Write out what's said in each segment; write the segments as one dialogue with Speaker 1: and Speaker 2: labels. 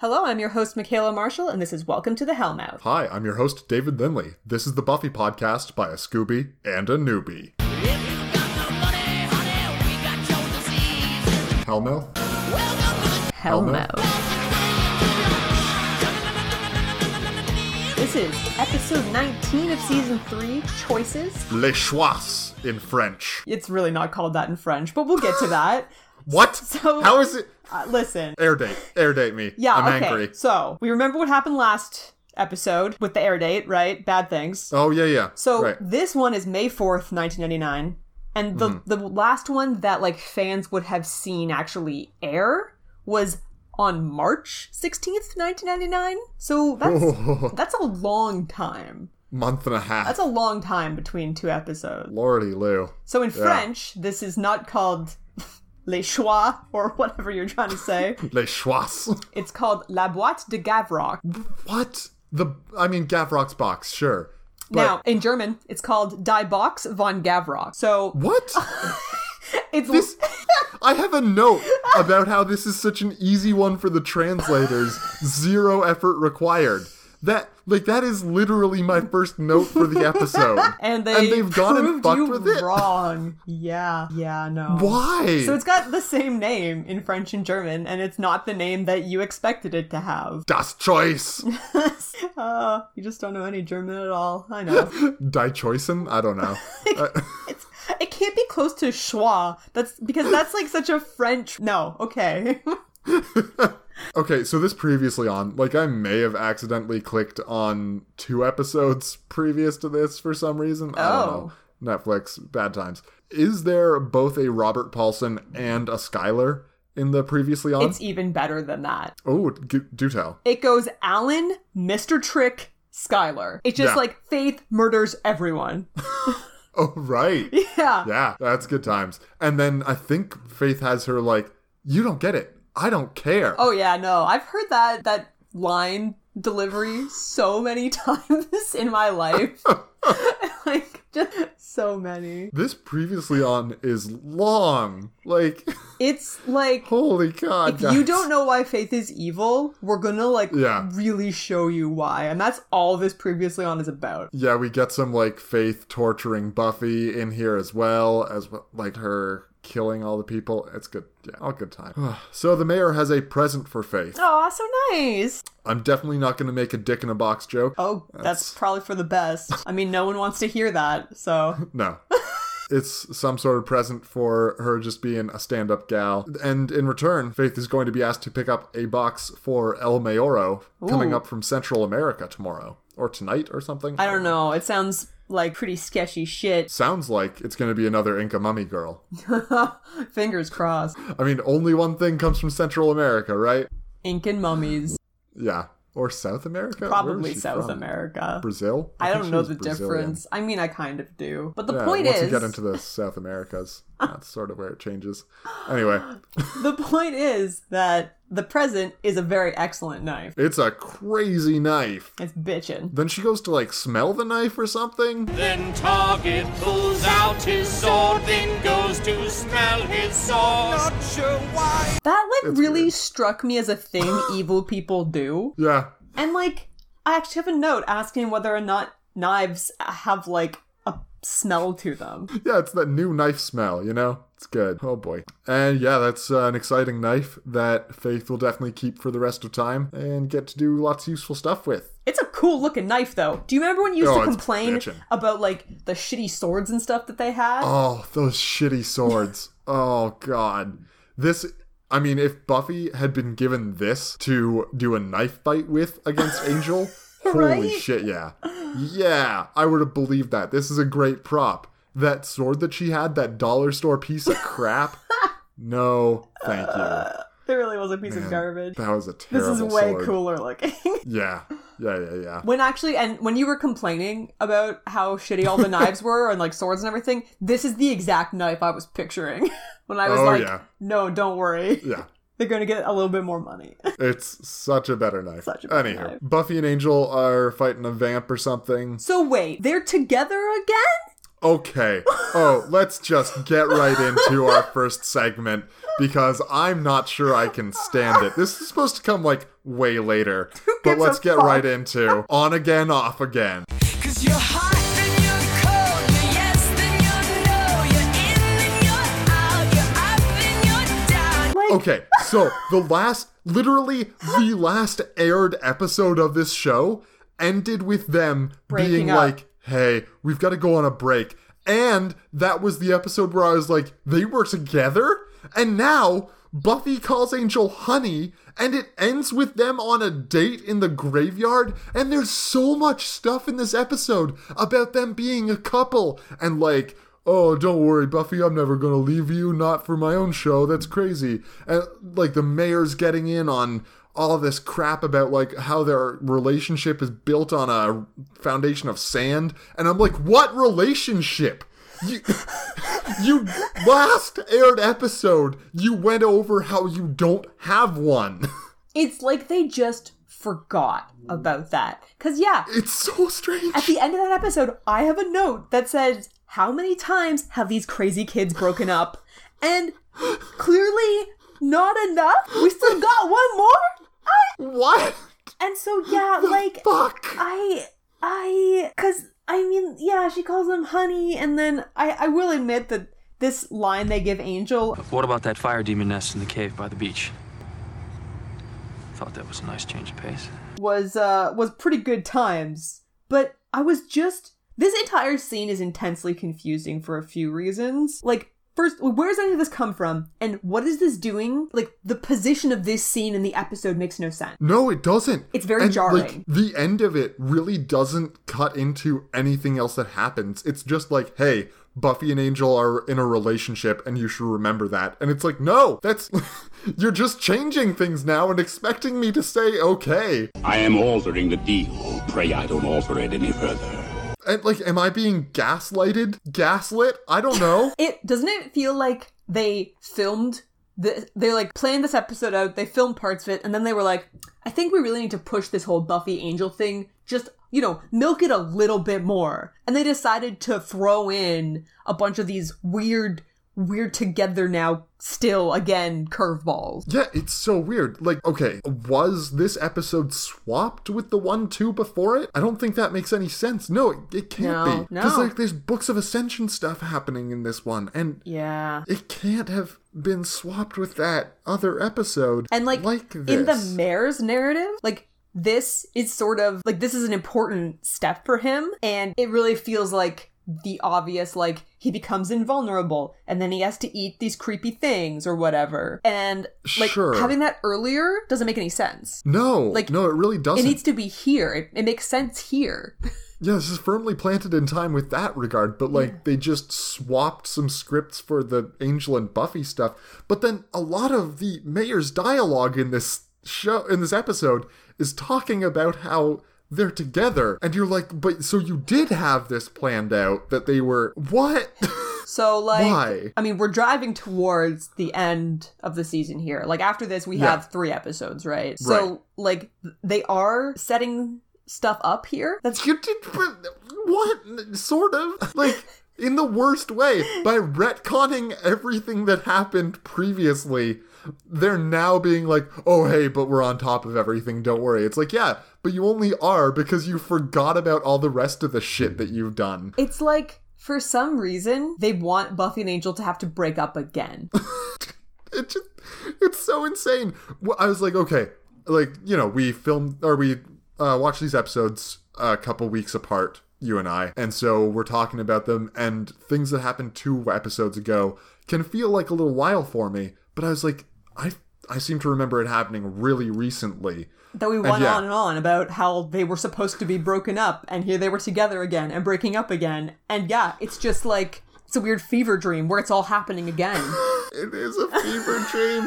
Speaker 1: Hello, I'm your host, Michaela Marshall, and this is Welcome to the Hellmouth.
Speaker 2: Hi, I'm your host, David Linley. This is the Buffy podcast by a Scooby and a newbie.
Speaker 3: If you got no money, honey, we got your disease.
Speaker 2: Hellmouth?
Speaker 3: Welcome to the
Speaker 1: Hellmouth. This is episode 19 of season 3 Choices.
Speaker 2: Les Choix in French.
Speaker 1: It's really not called that in French, but we'll get to that.
Speaker 2: What?
Speaker 1: So-
Speaker 2: How is it?
Speaker 1: Uh, listen.
Speaker 2: Air date. Air date me.
Speaker 1: Yeah,
Speaker 2: I'm
Speaker 1: okay.
Speaker 2: angry.
Speaker 1: So, we remember what happened last episode with the air date, right? Bad things.
Speaker 2: Oh, yeah, yeah.
Speaker 1: So
Speaker 2: right.
Speaker 1: this one is May 4th, 1999. And the,
Speaker 2: Mm-hmm.
Speaker 1: the last one that like fans would have seen actually air was on March 16th, 1999. So that's that's a long time.
Speaker 2: month and a half.
Speaker 1: That's a long time between two episodes.
Speaker 2: Lordy Lou.
Speaker 1: So in French, this is not called Les Choix or whatever you're trying to say.
Speaker 2: Les Choix.
Speaker 1: it's called La Boîte de Gavroche.
Speaker 2: what? The, I mean, Gavrock's box, sure. But
Speaker 1: now, in German, it's called Die Box von Gavroche. So
Speaker 2: what?
Speaker 1: it's
Speaker 2: This- I have a note about how this is such an easy one for the translators, zero effort required. That like that is literally my first note for the episode.
Speaker 1: and they
Speaker 2: and they've gone and
Speaker 1: proved
Speaker 2: fucked
Speaker 1: you
Speaker 2: with it.
Speaker 1: wrong. Yeah, yeah, no.
Speaker 2: Why?
Speaker 1: So it's got the same name in French and German, and it's not the name that you expected it to have.
Speaker 2: das Choice.
Speaker 1: Uh, you just don't know any German at all. I know.
Speaker 2: Die Choicen? I don't know.
Speaker 1: it can't be close to schwa. That's because that's like such a French. No, okay.
Speaker 2: Okay, so this previously on, like I may have accidentally clicked on two episodes previous to this for some reason. I don't
Speaker 1: Oh.
Speaker 2: know. Netflix, bad times. Is there both a Robert Paulson and a Skylar in the previously on?
Speaker 1: it's even better than that.
Speaker 2: Oh, g- do tell.
Speaker 1: It goes Alan, Mr. Trick, Skylar. It's just
Speaker 2: Yeah.
Speaker 1: like Faith murders everyone.
Speaker 2: Oh, right.
Speaker 1: Yeah.
Speaker 2: Yeah, that's good times. And then I think Faith has her like, you don't get it. I don't care.
Speaker 1: Oh yeah, no. I've heard that that line delivery so many times in my life. like just so many.
Speaker 2: This previously on is long. Like,
Speaker 1: It's like
Speaker 2: holy God.
Speaker 1: if you
Speaker 2: guys.
Speaker 1: don't know why faith is evil, we're going to like
Speaker 2: Yeah.
Speaker 1: really show you why. And that's all this previously on is about.
Speaker 2: Yeah, we get some like Faith torturing Buffy in here as well as like her killing all the people. It's good. Yeah, all good time. so the mayor has a present for Faith.
Speaker 1: Oh, so nice.
Speaker 2: I'm definitely not going to make a dick in a box joke.
Speaker 1: Oh, that's, probably for the best. I mean, no one wants to hear that. So,
Speaker 2: No. It's some sort of present for her just being a stand up gal. And in return, Faith is going to be asked to pick up a box for El Mayor coming
Speaker 1: Ooh.
Speaker 2: up from Central America tomorrow or tonight or something.
Speaker 1: I don't know. It sounds like pretty sketchy shit.
Speaker 2: Sounds like it's going to be another Inca Mummy girl.
Speaker 1: Fingers crossed.
Speaker 2: I mean, only one thing comes from Central America, right?
Speaker 1: Incan mummies.
Speaker 2: Yeah. Or South America? Where is
Speaker 1: Probably
Speaker 2: she
Speaker 1: South
Speaker 2: from?
Speaker 1: America.
Speaker 2: Brazil?
Speaker 1: I
Speaker 2: think
Speaker 1: don't
Speaker 2: she
Speaker 1: know
Speaker 2: was
Speaker 1: the
Speaker 2: Brazilian.
Speaker 1: difference. I mean, I kind of do. But the
Speaker 2: Yeah,
Speaker 1: point
Speaker 2: once
Speaker 1: is,
Speaker 2: you get into the South Americas, that's sort of where it changes. Anyway,
Speaker 1: the point is that the present is a very excellent knife.
Speaker 2: it's a crazy knife.
Speaker 1: It's bitchin'.
Speaker 2: Then she goes to like smell the knife or something.
Speaker 4: Then Target pulls out his sword, then goes to smell his sword. Not sure why.
Speaker 1: That like
Speaker 2: It's
Speaker 1: really
Speaker 2: weird.
Speaker 1: struck me as a thing evil people do.
Speaker 2: Yeah.
Speaker 1: And like, I actually have a note asking whether or not knives have like a smell to them.
Speaker 2: Yeah, it's that new knife smell, you know? It's good. Oh boy. And yeah, that's uh, an exciting knife that Faith will definitely keep for the rest of time and get to do lots of useful stuff with.
Speaker 1: It's a cool looking knife though. Do you remember when you used
Speaker 2: Oh,
Speaker 1: to
Speaker 2: it's
Speaker 1: complain
Speaker 2: bitchin'.
Speaker 1: about like the shitty swords and stuff that they had?
Speaker 2: Oh, those shitty swords. oh god. This I mean, if Buffy had been given this to do a knife fight with against Angel, holy
Speaker 1: Right?
Speaker 2: shit, yeah. Yeah, I would have believed that. This is a great prop. That sword that she had, that dollar store piece of crap. no, thank you.
Speaker 1: it really was a piece of garbage.
Speaker 2: That was a
Speaker 1: This
Speaker 2: terrible
Speaker 1: is way
Speaker 2: sword.
Speaker 1: cooler looking.
Speaker 2: Yeah. Yeah, yeah, yeah.
Speaker 1: When actually, and when you were complaining about how shitty all the knives were and like swords and everything, this is the exact knife I was picturing. when I was
Speaker 2: Oh,
Speaker 1: like,
Speaker 2: yeah.
Speaker 1: no, don't worry.
Speaker 2: Yeah.
Speaker 1: They're going to get a little bit more money.
Speaker 2: It's such a better knife.
Speaker 1: Such a better
Speaker 2: Anyhow,
Speaker 1: knife.
Speaker 2: Buffy and Angel are fighting a vamp or something.
Speaker 1: so wait, they're together again?
Speaker 2: Okay. Oh, let's just get right into our first segment because I'm not sure I can stand it. This is supposed to come like way later.
Speaker 1: gives
Speaker 2: But
Speaker 1: a
Speaker 2: let's get
Speaker 1: fuck?
Speaker 2: right into On Again, Off Again.
Speaker 5: Cause you're hot and you're cold, you're yes then you're no, you're in and you're out, you're up and you're down.
Speaker 1: Like,
Speaker 2: Okay, so the last, literally the last aired episode of this show ended with them being
Speaker 1: Breaking up.
Speaker 2: like, hey, we've got to go on a break. And that was the episode where I was like, they were together? And now Buffy calls Angel honey, and it ends with them on a date in the graveyard. And there's so much stuff in this episode about them being a couple and like, oh don't worry buffy i'm never going to leave you not for my own show that's crazy and like the mayor's getting in on all this crap about like how their relationship is built on a foundation of sand and i'm like what relationship you, you last aired episode you went over how you don't have one
Speaker 1: it's like they just forgot about that. Because, yeah,
Speaker 2: it's so strange
Speaker 1: at the end of that episode, I have a note that says, How many times have these crazy kids broken up? And clearly, not enough. We still got one more.
Speaker 2: what
Speaker 1: And so, yeah, like,
Speaker 2: fuck
Speaker 1: I, I, because, I mean, yeah, she calls him honey. And then I, I will admit that this line they give Angel
Speaker 6: What about that fire demon nest in the cave by the beach? Thought that was a nice change of pace.
Speaker 1: was uh was pretty good times but i was just this entire scene is intensely confusing for a few reasons like first where's any of this come from and what is this doing like the position of this scene in the episode makes no sense
Speaker 2: No, it doesn't.
Speaker 1: It's very
Speaker 2: And,
Speaker 1: jarring.
Speaker 2: Like, the end of it really doesn't cut into anything else that happens. It's just like, hey, Buffy and Angel are in a relationship and you should remember that. And it's like, no, that's. You're just changing things now and expecting me to say okay.
Speaker 7: I am altering the deal. Pray I don't alter it any further.
Speaker 2: And like, am I being gaslighted? Gaslit? I don't know.
Speaker 1: it doesn't it feel like they filmed the, they like planned this episode out they filmed parts of it and then they were like i think we really need to push this whole buffy angel thing just you know milk it a little bit more and they decided to throw in a bunch of these weird weird together now still again curveballs
Speaker 2: Yeah, it's so weird. Like, okay, was this episode swapped with the one two before it? I don't think that makes any sense. No, it, it can't
Speaker 1: No,
Speaker 2: be. Because
Speaker 1: no.
Speaker 2: like there's books of ascension stuff happening in this one, and
Speaker 1: yeah
Speaker 2: it can't have been swapped with that other episode.
Speaker 1: and like,
Speaker 2: like
Speaker 1: in the
Speaker 2: this.
Speaker 1: mayor's narrative like this is sort of like this is an important step for him and it really feels like the obvious like he becomes invulnerable and then he has to eat these creepy things or whatever and like
Speaker 2: Sure.
Speaker 1: having that earlier doesn't make any sense
Speaker 2: no,
Speaker 1: like,
Speaker 2: like no, it really doesn't.
Speaker 1: it needs to be here it, it makes sense here
Speaker 2: Yeah, this is firmly planted in time with that regard, but like they just swapped some scripts for the Angel and Buffy stuff. But then a lot of the mayor's dialogue in this show in this episode is talking about how they're together and you're like, "But so you did have this planned out that they were what?"
Speaker 1: so like
Speaker 2: Why?
Speaker 1: i mean we're driving towards the end of the season here like after this we
Speaker 2: Yeah.
Speaker 1: have three episodes right so like they are setting stuff up here that's
Speaker 2: you did but what sort of like in the worst way by retconning everything that happened previously they're now being like oh hey but we're on top of everything don't worry it's like yeah but you only are because you forgot about all the rest of the shit that you've done
Speaker 1: It's like for some reason they want Buffy and Angel to have to break up again.
Speaker 2: it just it's so insane Wh- i was like okay like you know we filmed or we uh watched these episodes uh, a couple weeks apart you and i and so we're talking about them and things that happened two episodes ago can feel like a little while for me but i was like i i seem to remember it happening really recently
Speaker 1: That we went
Speaker 2: Uh, yeah.
Speaker 1: on and on about how they were supposed to be broken up and here they were together again and breaking up again. And yeah, it's just like it's a weird fever dream where it's all happening again.
Speaker 2: it is a fever dream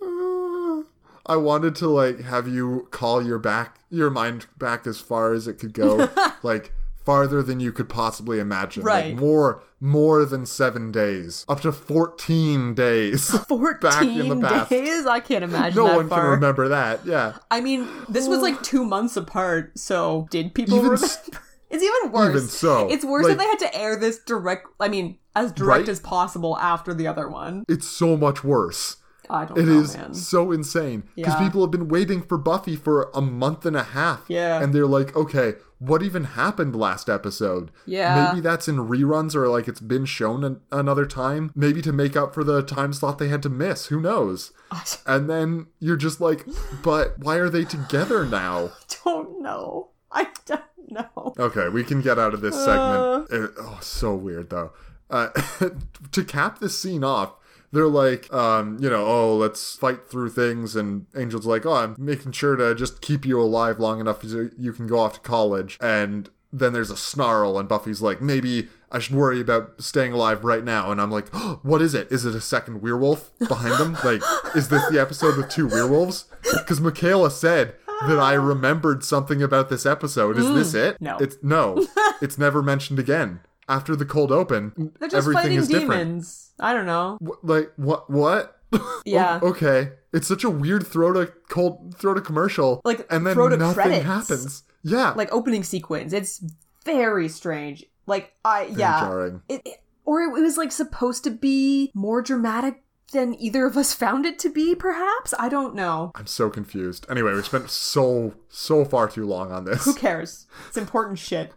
Speaker 2: I wanted to like have you call your back your mind back as far as it could go, like farther than you could possibly imagine. like,
Speaker 1: Right.
Speaker 2: more more than 7 days, up to 14 days.
Speaker 1: 14
Speaker 2: Back in the past.
Speaker 1: days? I can't imagine
Speaker 2: no
Speaker 1: that
Speaker 2: one
Speaker 1: far.
Speaker 2: can remember that. Yeah.
Speaker 1: I mean, this was like two months apart, so did people
Speaker 2: Even
Speaker 1: remember?
Speaker 2: s-
Speaker 1: it's even worse.
Speaker 2: Even so,
Speaker 1: It's worse
Speaker 2: like-
Speaker 1: that they had to air this direct, I mean, as direct
Speaker 2: Right?
Speaker 1: as possible after the other one.
Speaker 2: It's so much worse.
Speaker 1: I don't
Speaker 2: It
Speaker 1: know,
Speaker 2: is
Speaker 1: man.
Speaker 2: so insane because
Speaker 1: Yeah.
Speaker 2: people have been waiting for Buffy for a month and a half.
Speaker 1: Yeah.
Speaker 2: and they're like, okay, what even happened last episode?
Speaker 1: Yeah.
Speaker 2: maybe that's in reruns or like it's been shown an- another time, maybe to make up for the time slot they had to miss. Who knows? And then you're just like, but why are they together now?
Speaker 1: don't know. I don't know.
Speaker 2: Okay, we can get out of this segment. It- oh, so weird though. Uh, to cap this scene off, they're like, um, you know, oh, let's fight through things, and Angel's like, oh, I'm making sure to just keep you alive long enough so you can go off to college. And then there's a snarl, and Buffy's like, maybe I should worry about staying alive right now. And I'm like, oh, what is it? Is it a second werewolf behind them? like, is this the episode with two werewolves? Because Michaela said that I remembered something about this episode. Is this it?
Speaker 1: No.
Speaker 2: It's no. it's never mentioned again. After the cold open,
Speaker 1: They're just
Speaker 2: everything
Speaker 1: fighting
Speaker 2: is different. Oh,
Speaker 1: demons. I don't know.
Speaker 2: Wh- Like what? What?
Speaker 1: Yeah.
Speaker 2: okay. It's such a weird throw to cold throw to commercial.
Speaker 1: Like,
Speaker 2: and then
Speaker 1: throw to
Speaker 2: nothing
Speaker 1: credits.
Speaker 2: happens. Yeah.
Speaker 1: Like opening sequence. It's very strange. Like I yeah.
Speaker 2: jarring.
Speaker 1: It, it- or it was like supposed to be more dramatic than either of us found it to be perhaps. I don't know.
Speaker 2: I'm so confused. Anyway, we spent so so far too long on this.
Speaker 1: Who cares? It's important shit.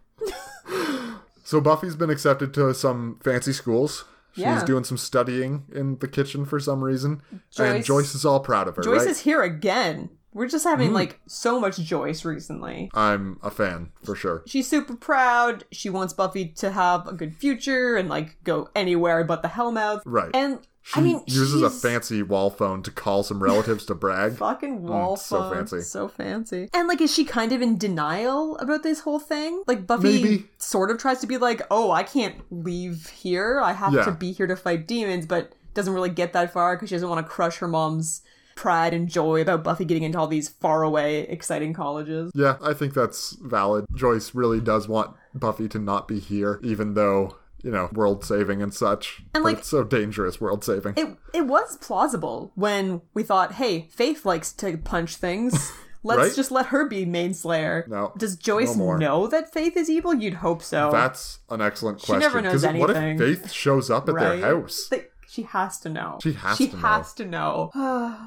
Speaker 2: So Buffy's been accepted to some fancy schools. She's
Speaker 1: Yeah.
Speaker 2: doing some studying in the kitchen for some reason, and
Speaker 1: Joyce-
Speaker 2: Joyce is all proud of her.
Speaker 1: Joyce
Speaker 2: right? Mm-hmm.
Speaker 1: is here again. We're just having like so much Joyce recently.
Speaker 2: I'm a fan for sure.
Speaker 1: She's super proud. She wants Buffy to have a good future and like go anywhere but the Hellmouth.
Speaker 2: Right.
Speaker 1: And
Speaker 2: She
Speaker 1: I mean,
Speaker 2: uses a
Speaker 1: she's-
Speaker 2: fancy wall phone to call some relatives to brag.
Speaker 1: fucking wall
Speaker 2: Mm, so
Speaker 1: phone.
Speaker 2: fancy.
Speaker 1: So fancy. And like, is she kind of in denial about this whole thing? Like, Buffy
Speaker 2: Maybe.
Speaker 1: sort of tries to be like, "Oh, I can't leave here. I have
Speaker 2: Yeah.
Speaker 1: to be here to fight demons," but doesn't really get that far because she doesn't want to crush her mom's pride and joy about Buffy getting into all these faraway, exciting colleges.
Speaker 2: Yeah, I think that's valid. Joyce really does want Buffy to not be here, even though, you know, world saving and such.
Speaker 1: And,
Speaker 2: But
Speaker 1: like-
Speaker 2: it's so dangerous, world saving.
Speaker 1: It it was plausible when we thought, "Hey, Faith likes to punch things." Let's
Speaker 2: Right?
Speaker 1: just let her be main slayer.
Speaker 2: No.
Speaker 1: Does Joyce
Speaker 2: No more.
Speaker 1: know that Faith is evil? You'd hope so.
Speaker 2: that's an excellent
Speaker 1: never
Speaker 2: question.
Speaker 1: knows
Speaker 2: 'cause what if
Speaker 1: anything.
Speaker 2: Faith shows up at
Speaker 1: right?
Speaker 2: their house?
Speaker 1: Like, she has to know.
Speaker 2: She has
Speaker 1: she
Speaker 2: to know.
Speaker 1: has to know.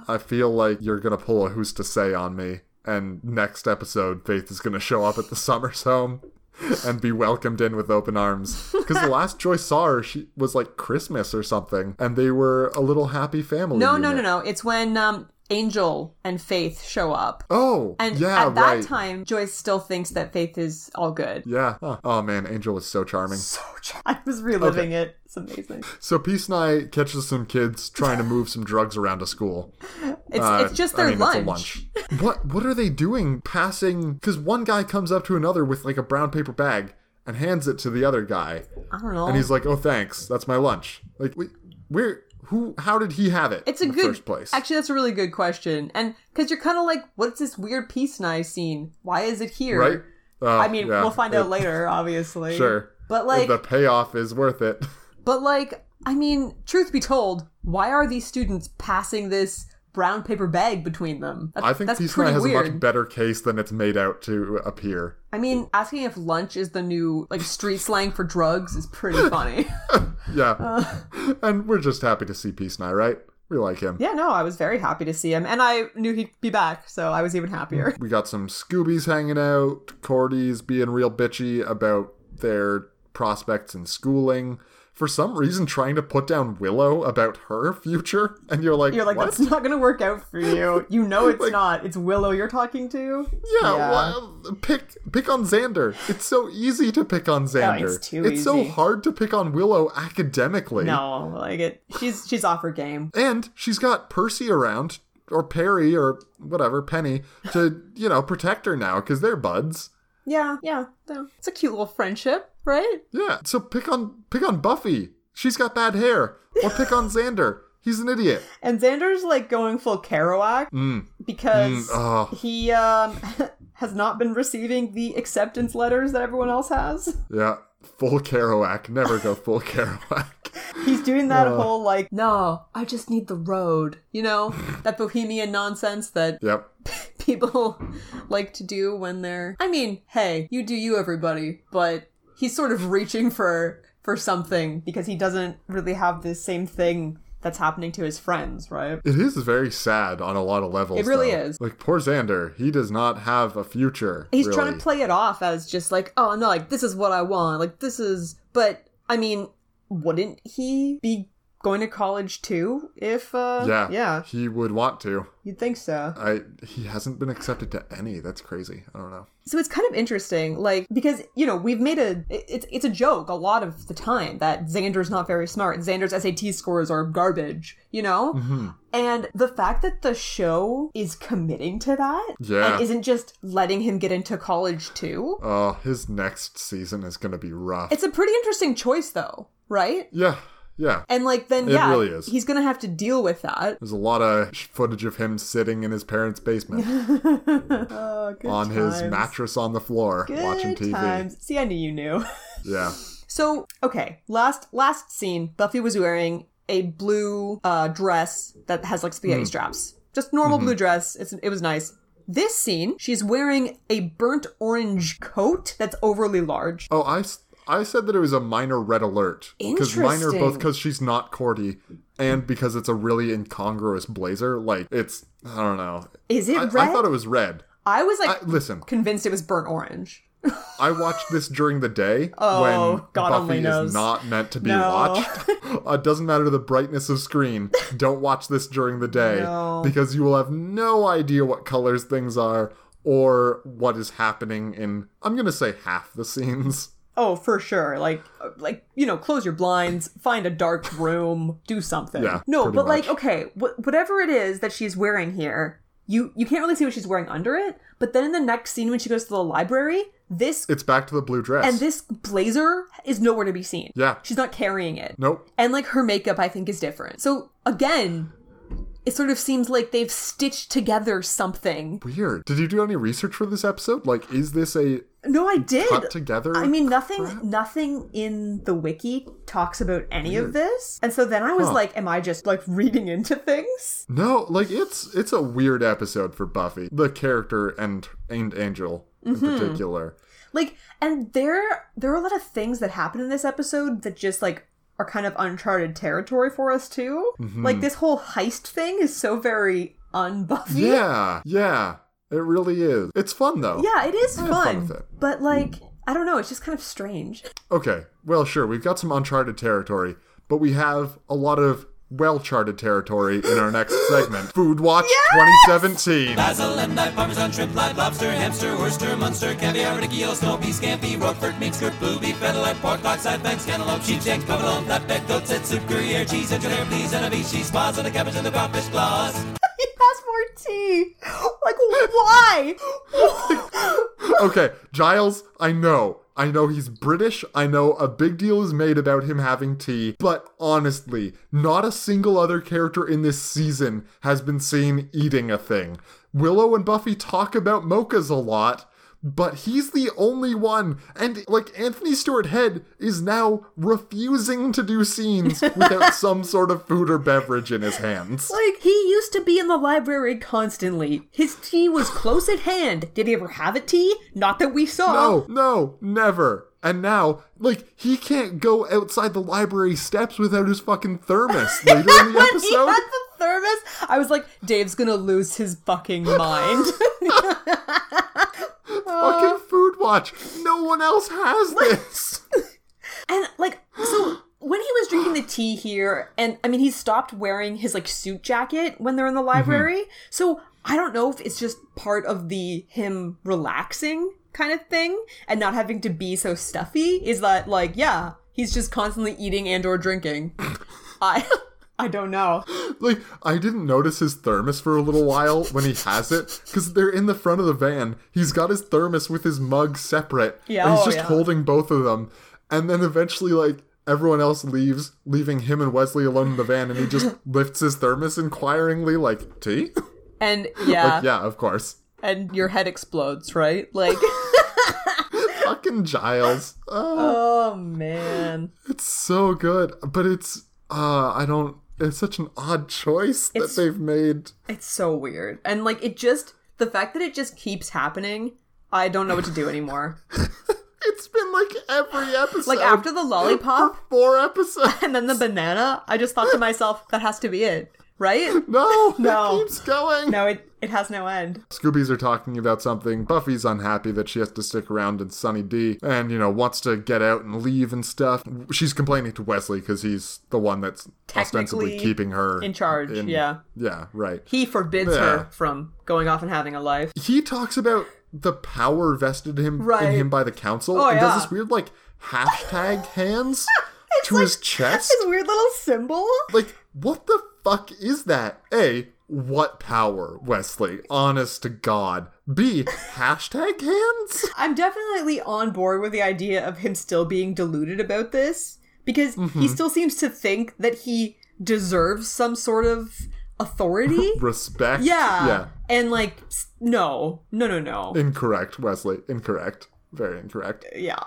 Speaker 2: I feel like you're gonna pull a who's to say on me, and next episode, Faith is gonna show up at the Summers' home and be welcomed in with open arms. Because the last Joyce saw her, she was like Christmas or something, and they were a little happy family.
Speaker 1: No, no, no,
Speaker 2: unit.
Speaker 1: no. It's when um, Angel and Faith show up.
Speaker 2: Oh,
Speaker 1: And
Speaker 2: yeah,
Speaker 1: at that
Speaker 2: right.
Speaker 1: time, Joyce still thinks that Faith is all good.
Speaker 2: Yeah. Huh. Oh man, Angel was so charming.
Speaker 1: So ch- I was reliving it. It's amazing.
Speaker 2: So Peace Knight catches some kids trying to move some drugs around a school.
Speaker 1: It's,
Speaker 2: Uh,
Speaker 1: it's just
Speaker 2: I
Speaker 1: their
Speaker 2: mean, it's a
Speaker 1: lunch.
Speaker 2: lunch. What what are they doing? Passing because one guy comes up to another with like a brown paper bag and hands it to the other guy,
Speaker 1: I don't know.
Speaker 2: and he's like, "Oh, thanks, that's my lunch." Like, wait, where? Who? How did he have it?
Speaker 1: it's a
Speaker 2: in the
Speaker 1: good
Speaker 2: first place.
Speaker 1: Actually, that's a really good question. And because you're kind of like, what's this weird peace and I scene? Why is it here?
Speaker 2: right? Uh,
Speaker 1: I mean,
Speaker 2: yeah,
Speaker 1: we'll find out
Speaker 2: it-
Speaker 1: later, obviously.
Speaker 2: Sure.
Speaker 1: But like,
Speaker 2: the payoff is worth it.
Speaker 1: But like, I mean, truth be told, why are these students passing this brown paper bag between them? That's,
Speaker 2: I think
Speaker 1: that's
Speaker 2: Peace Knight
Speaker 1: pretty
Speaker 2: has
Speaker 1: weird.
Speaker 2: a much better case than it's made out to appear.
Speaker 1: I mean, asking if lunch is the new like street slang for drugs is pretty funny.
Speaker 2: Yeah.
Speaker 1: Uh.
Speaker 2: and we're just happy to see Peace Knight, right? We like him.
Speaker 1: yeah, no, I was very happy to see him, and I knew he'd be back, so I was even happier.
Speaker 2: We got some Scoobies hanging out, Cordy's being real bitchy about their prospects in schooling. For some reason, trying to put down Willow about her future, and you're like,
Speaker 1: You're like,
Speaker 2: what?
Speaker 1: that's not gonna work out for you. You know it's
Speaker 2: Like-
Speaker 1: not. It's Willow you're talking to.
Speaker 2: yeah, well, pick pick on Xander. It's so easy to pick on Xander.
Speaker 1: it's too
Speaker 2: it's so
Speaker 1: easy.
Speaker 2: hard to pick on Willow academically.
Speaker 1: No, like it. She's she's off her game.
Speaker 2: And she's got Percy around, or Perry, or whatever, Penny, to, you know, protect her now because they're buds.
Speaker 1: Yeah, yeah, yeah. It's a cute little friendship, right?
Speaker 2: Yeah, so pick on pick on Buffy. She's got bad hair. Or pick on Xander. He's an idiot.
Speaker 1: And Xander's like going full Kerouac because
Speaker 2: oh.
Speaker 1: he um, has not been receiving the acceptance letters that everyone else has.
Speaker 2: Yeah, full Kerouac. Never go full Kerouac.
Speaker 1: He's doing that whole like, no, I just need the road, you know, that bohemian nonsense that
Speaker 2: Yep.
Speaker 1: people like to do when they're. I mean, hey, you do you, everybody, but he's sort of reaching for for something because he doesn't really have the same thing that's happening to his friends, right?
Speaker 2: It is very sad on a lot of levels.
Speaker 1: It really
Speaker 2: though.
Speaker 1: is.
Speaker 2: Like poor Xander, he does not have a future.
Speaker 1: He's
Speaker 2: really.
Speaker 1: trying to play it off as just like, oh no, like this is what I want. Like this is but I mean, wouldn't he be going to college too if uh
Speaker 2: Yeah,
Speaker 1: yeah,
Speaker 2: He would want to.
Speaker 1: you'd think so.
Speaker 2: I. He hasn't been accepted to any. That's crazy. I don't know.
Speaker 1: So it's kind of interesting, like because you know we've made a it- it's it's a joke a lot of the time that Xander's not very smart. Xander's SAT scores are garbage, you know.
Speaker 2: Mm-hmm.
Speaker 1: And the fact that the show is committing to that
Speaker 2: Yeah.
Speaker 1: and isn't just letting him get into college too,
Speaker 2: Oh, his next season is gonna be rough.
Speaker 1: it's a pretty interesting choice though, right?
Speaker 2: yeah, yeah.
Speaker 1: And like then
Speaker 2: It
Speaker 1: yeah,
Speaker 2: really is.
Speaker 1: he's gonna have to deal with that.
Speaker 2: There's a lot of sh- footage of him sitting in his parents' basement
Speaker 1: Oh, good
Speaker 2: on his
Speaker 1: times.
Speaker 2: mattress on the floor
Speaker 1: Good
Speaker 2: watching TV.
Speaker 1: times. See, I knew you knew.
Speaker 2: Yeah.
Speaker 1: So, okay, last last scene, Buffy was wearing a blue uh, dress that has like spaghetti
Speaker 2: Hmm.
Speaker 1: straps. Just normal
Speaker 2: Mm-hmm.
Speaker 1: blue dress. It's it was nice. This scene, she's wearing a burnt orange coat that's overly large.
Speaker 2: Oh, I, s- I said that it was a minor red alert. Because minor
Speaker 1: Interesting.
Speaker 2: both because she's not Cordy and because it's a really incongruous blazer. Like, it's, I don't know.
Speaker 1: Is it
Speaker 2: I,
Speaker 1: red?
Speaker 2: I thought it was red.
Speaker 1: I was
Speaker 2: I,
Speaker 1: like
Speaker 2: listen,
Speaker 1: convinced it was burnt orange.
Speaker 2: I watched this during the day when
Speaker 1: Oh, God
Speaker 2: Buffy
Speaker 1: only
Speaker 2: is
Speaker 1: knows.
Speaker 2: not meant to be
Speaker 1: No.
Speaker 2: watched. it doesn't matter the brightness of screen. Don't watch this during the day
Speaker 1: No.
Speaker 2: because you will have no idea what colors things are or what is happening in. I'm gonna say half the scenes.
Speaker 1: Oh, for sure. Like, uh, like you know, close your blinds, find a dark room, do something.
Speaker 2: Yeah,
Speaker 1: no,
Speaker 2: pretty
Speaker 1: but like,
Speaker 2: much.
Speaker 1: okay, wh- whatever it is that she's wearing here, you you can't really see what she's wearing under it. But then in the next scene, when she goes to the library, this
Speaker 2: It's back to the blue dress.
Speaker 1: and this blazer is nowhere to be seen.
Speaker 2: Yeah.
Speaker 1: she's not carrying it.
Speaker 2: Nope.
Speaker 1: and like her makeup, I think is different. So again. It sort of seems like they've stitched together something.
Speaker 2: Weird. Did you do any research for this episode? Like, is this a
Speaker 1: No, I did.
Speaker 2: cut together?
Speaker 1: I mean, nothing, nothing in the wiki talks about any of this, and so then I was
Speaker 2: Huh.
Speaker 1: like, "Am I just like reading into things?"
Speaker 2: No, like it's it's a weird episode for Buffy, the character and and Angel in
Speaker 1: Mm-hmm.
Speaker 2: particular.
Speaker 1: Like, and there, there are a lot of things that happen in this episode that just like are kind of uncharted territory for us too.
Speaker 2: Mm-hmm.
Speaker 1: Like this whole heist thing is so very unbuffy.
Speaker 2: Yeah, yeah, it really is. It's fun though.
Speaker 1: yeah, it is
Speaker 2: I
Speaker 1: fun,
Speaker 2: had fun with it.
Speaker 1: but like, I don't know, it's just kind of strange.
Speaker 2: Okay, well, sure, we've got some uncharted territory, but we have a lot of well charted territory in our next segment Food Watch 2017.
Speaker 4: Basil, lemon, dive, parmesan, shrimp, live lobster, hamster, oyster, munster, caviar, ricky, eel, snow pea, scampi, roquefort, mink skirt, blue beef, fettler, pork lock, side banks, cantaloupe, sheep's eggs, provolone, flatbread, goat, set, soup, gruyere, cheese, engineer, please, and a beef, cheese, spas, and a cabbage, and a crawfish claws.
Speaker 1: he has more tea. Like, why?
Speaker 2: Okay, Giles, I know. I know he's British. I know a big deal is made about him having tea, but honestly, not a single other character in this season has been seen eating a thing. Willow and Buffy talk about mochas a lot, but he's the only one. And like Anthony Stewart Head is now refusing to do scenes without some sort of food or beverage in his hands.
Speaker 1: Like, he used to be in the library constantly. His tea was close at hand. Did he ever have a tea? Not that we saw.
Speaker 2: No, no, never. And now, like, he can't go outside the library steps without his fucking thermos later in the
Speaker 1: When he
Speaker 2: episode.
Speaker 1: had the thermos, I was like, Dave's gonna lose his fucking mind.
Speaker 2: fucking food watch. No one else has this.
Speaker 1: and, like, so. When he was drinking the tea here, and I mean, he stopped wearing his like suit jacket when they're in the
Speaker 2: Mm-hmm.
Speaker 1: library. So I don't know if it's just part of the him relaxing kind of thing and not having to be so stuffy. Is that like, yeah, he's just constantly eating and or drinking. I I don't know.
Speaker 2: like, I didn't notice his thermos for a little while when he has it, because they're in the front of the van. He's got his thermos with his mug separate.
Speaker 1: Yeah,
Speaker 2: And he's
Speaker 1: oh,
Speaker 2: just
Speaker 1: yeah.
Speaker 2: holding both of them. And then eventually, like, everyone else leaves, leaving him and Wesley alone in the van, and he just lifts his thermos inquiringly, like, tea?
Speaker 1: And yeah,
Speaker 2: like, yeah, of course.
Speaker 1: and your head explodes, right? Like,
Speaker 2: fucking Giles. Oh,
Speaker 1: oh man,
Speaker 2: it's so good, but it's uh I don't it's such an odd choice that
Speaker 1: It's-
Speaker 2: they've made.
Speaker 1: it's so weird. And like, it just the fact that it just keeps happening. I don't know what to do anymore.
Speaker 2: It's been like every episode.
Speaker 1: Like after the
Speaker 2: for
Speaker 1: lollipop
Speaker 2: four episodes.
Speaker 1: and then the banana, I just thought to myself, that has to be it, right?
Speaker 2: No,
Speaker 1: No.
Speaker 2: it keeps going.
Speaker 1: No, it, it has no end.
Speaker 2: Scoobies are talking about something. Buffy's unhappy that she has to stick around in Sunny D and, you know, wants to get out and leave and stuff. She's complaining to Wesley because he's the one that's ostensibly
Speaker 1: Technically
Speaker 2: keeping her
Speaker 1: in charge, yeah.
Speaker 2: Yeah, right.
Speaker 1: He forbids
Speaker 2: Yeah.
Speaker 1: her from going off and having a life.
Speaker 2: He talks about the power vested him in
Speaker 1: Right.
Speaker 2: him by the council
Speaker 1: Oh,
Speaker 2: and
Speaker 1: yeah.
Speaker 2: does this weird, like, hashtag hands to his chest.
Speaker 1: His weird little symbol.
Speaker 2: Like, what the fuck is that? A, what power, Wesley? Honest to God. B, hashtag hands?
Speaker 1: I'm definitely on board with the idea of him still being deluded about this because
Speaker 2: Mm-hmm.
Speaker 1: he still seems to think that he deserves some sort of authority.
Speaker 2: Respect?
Speaker 1: yeah.
Speaker 2: Yeah.
Speaker 1: And like, s- no, no, no, no.
Speaker 2: Incorrect, Wesley. Incorrect. Very incorrect.
Speaker 1: yeah.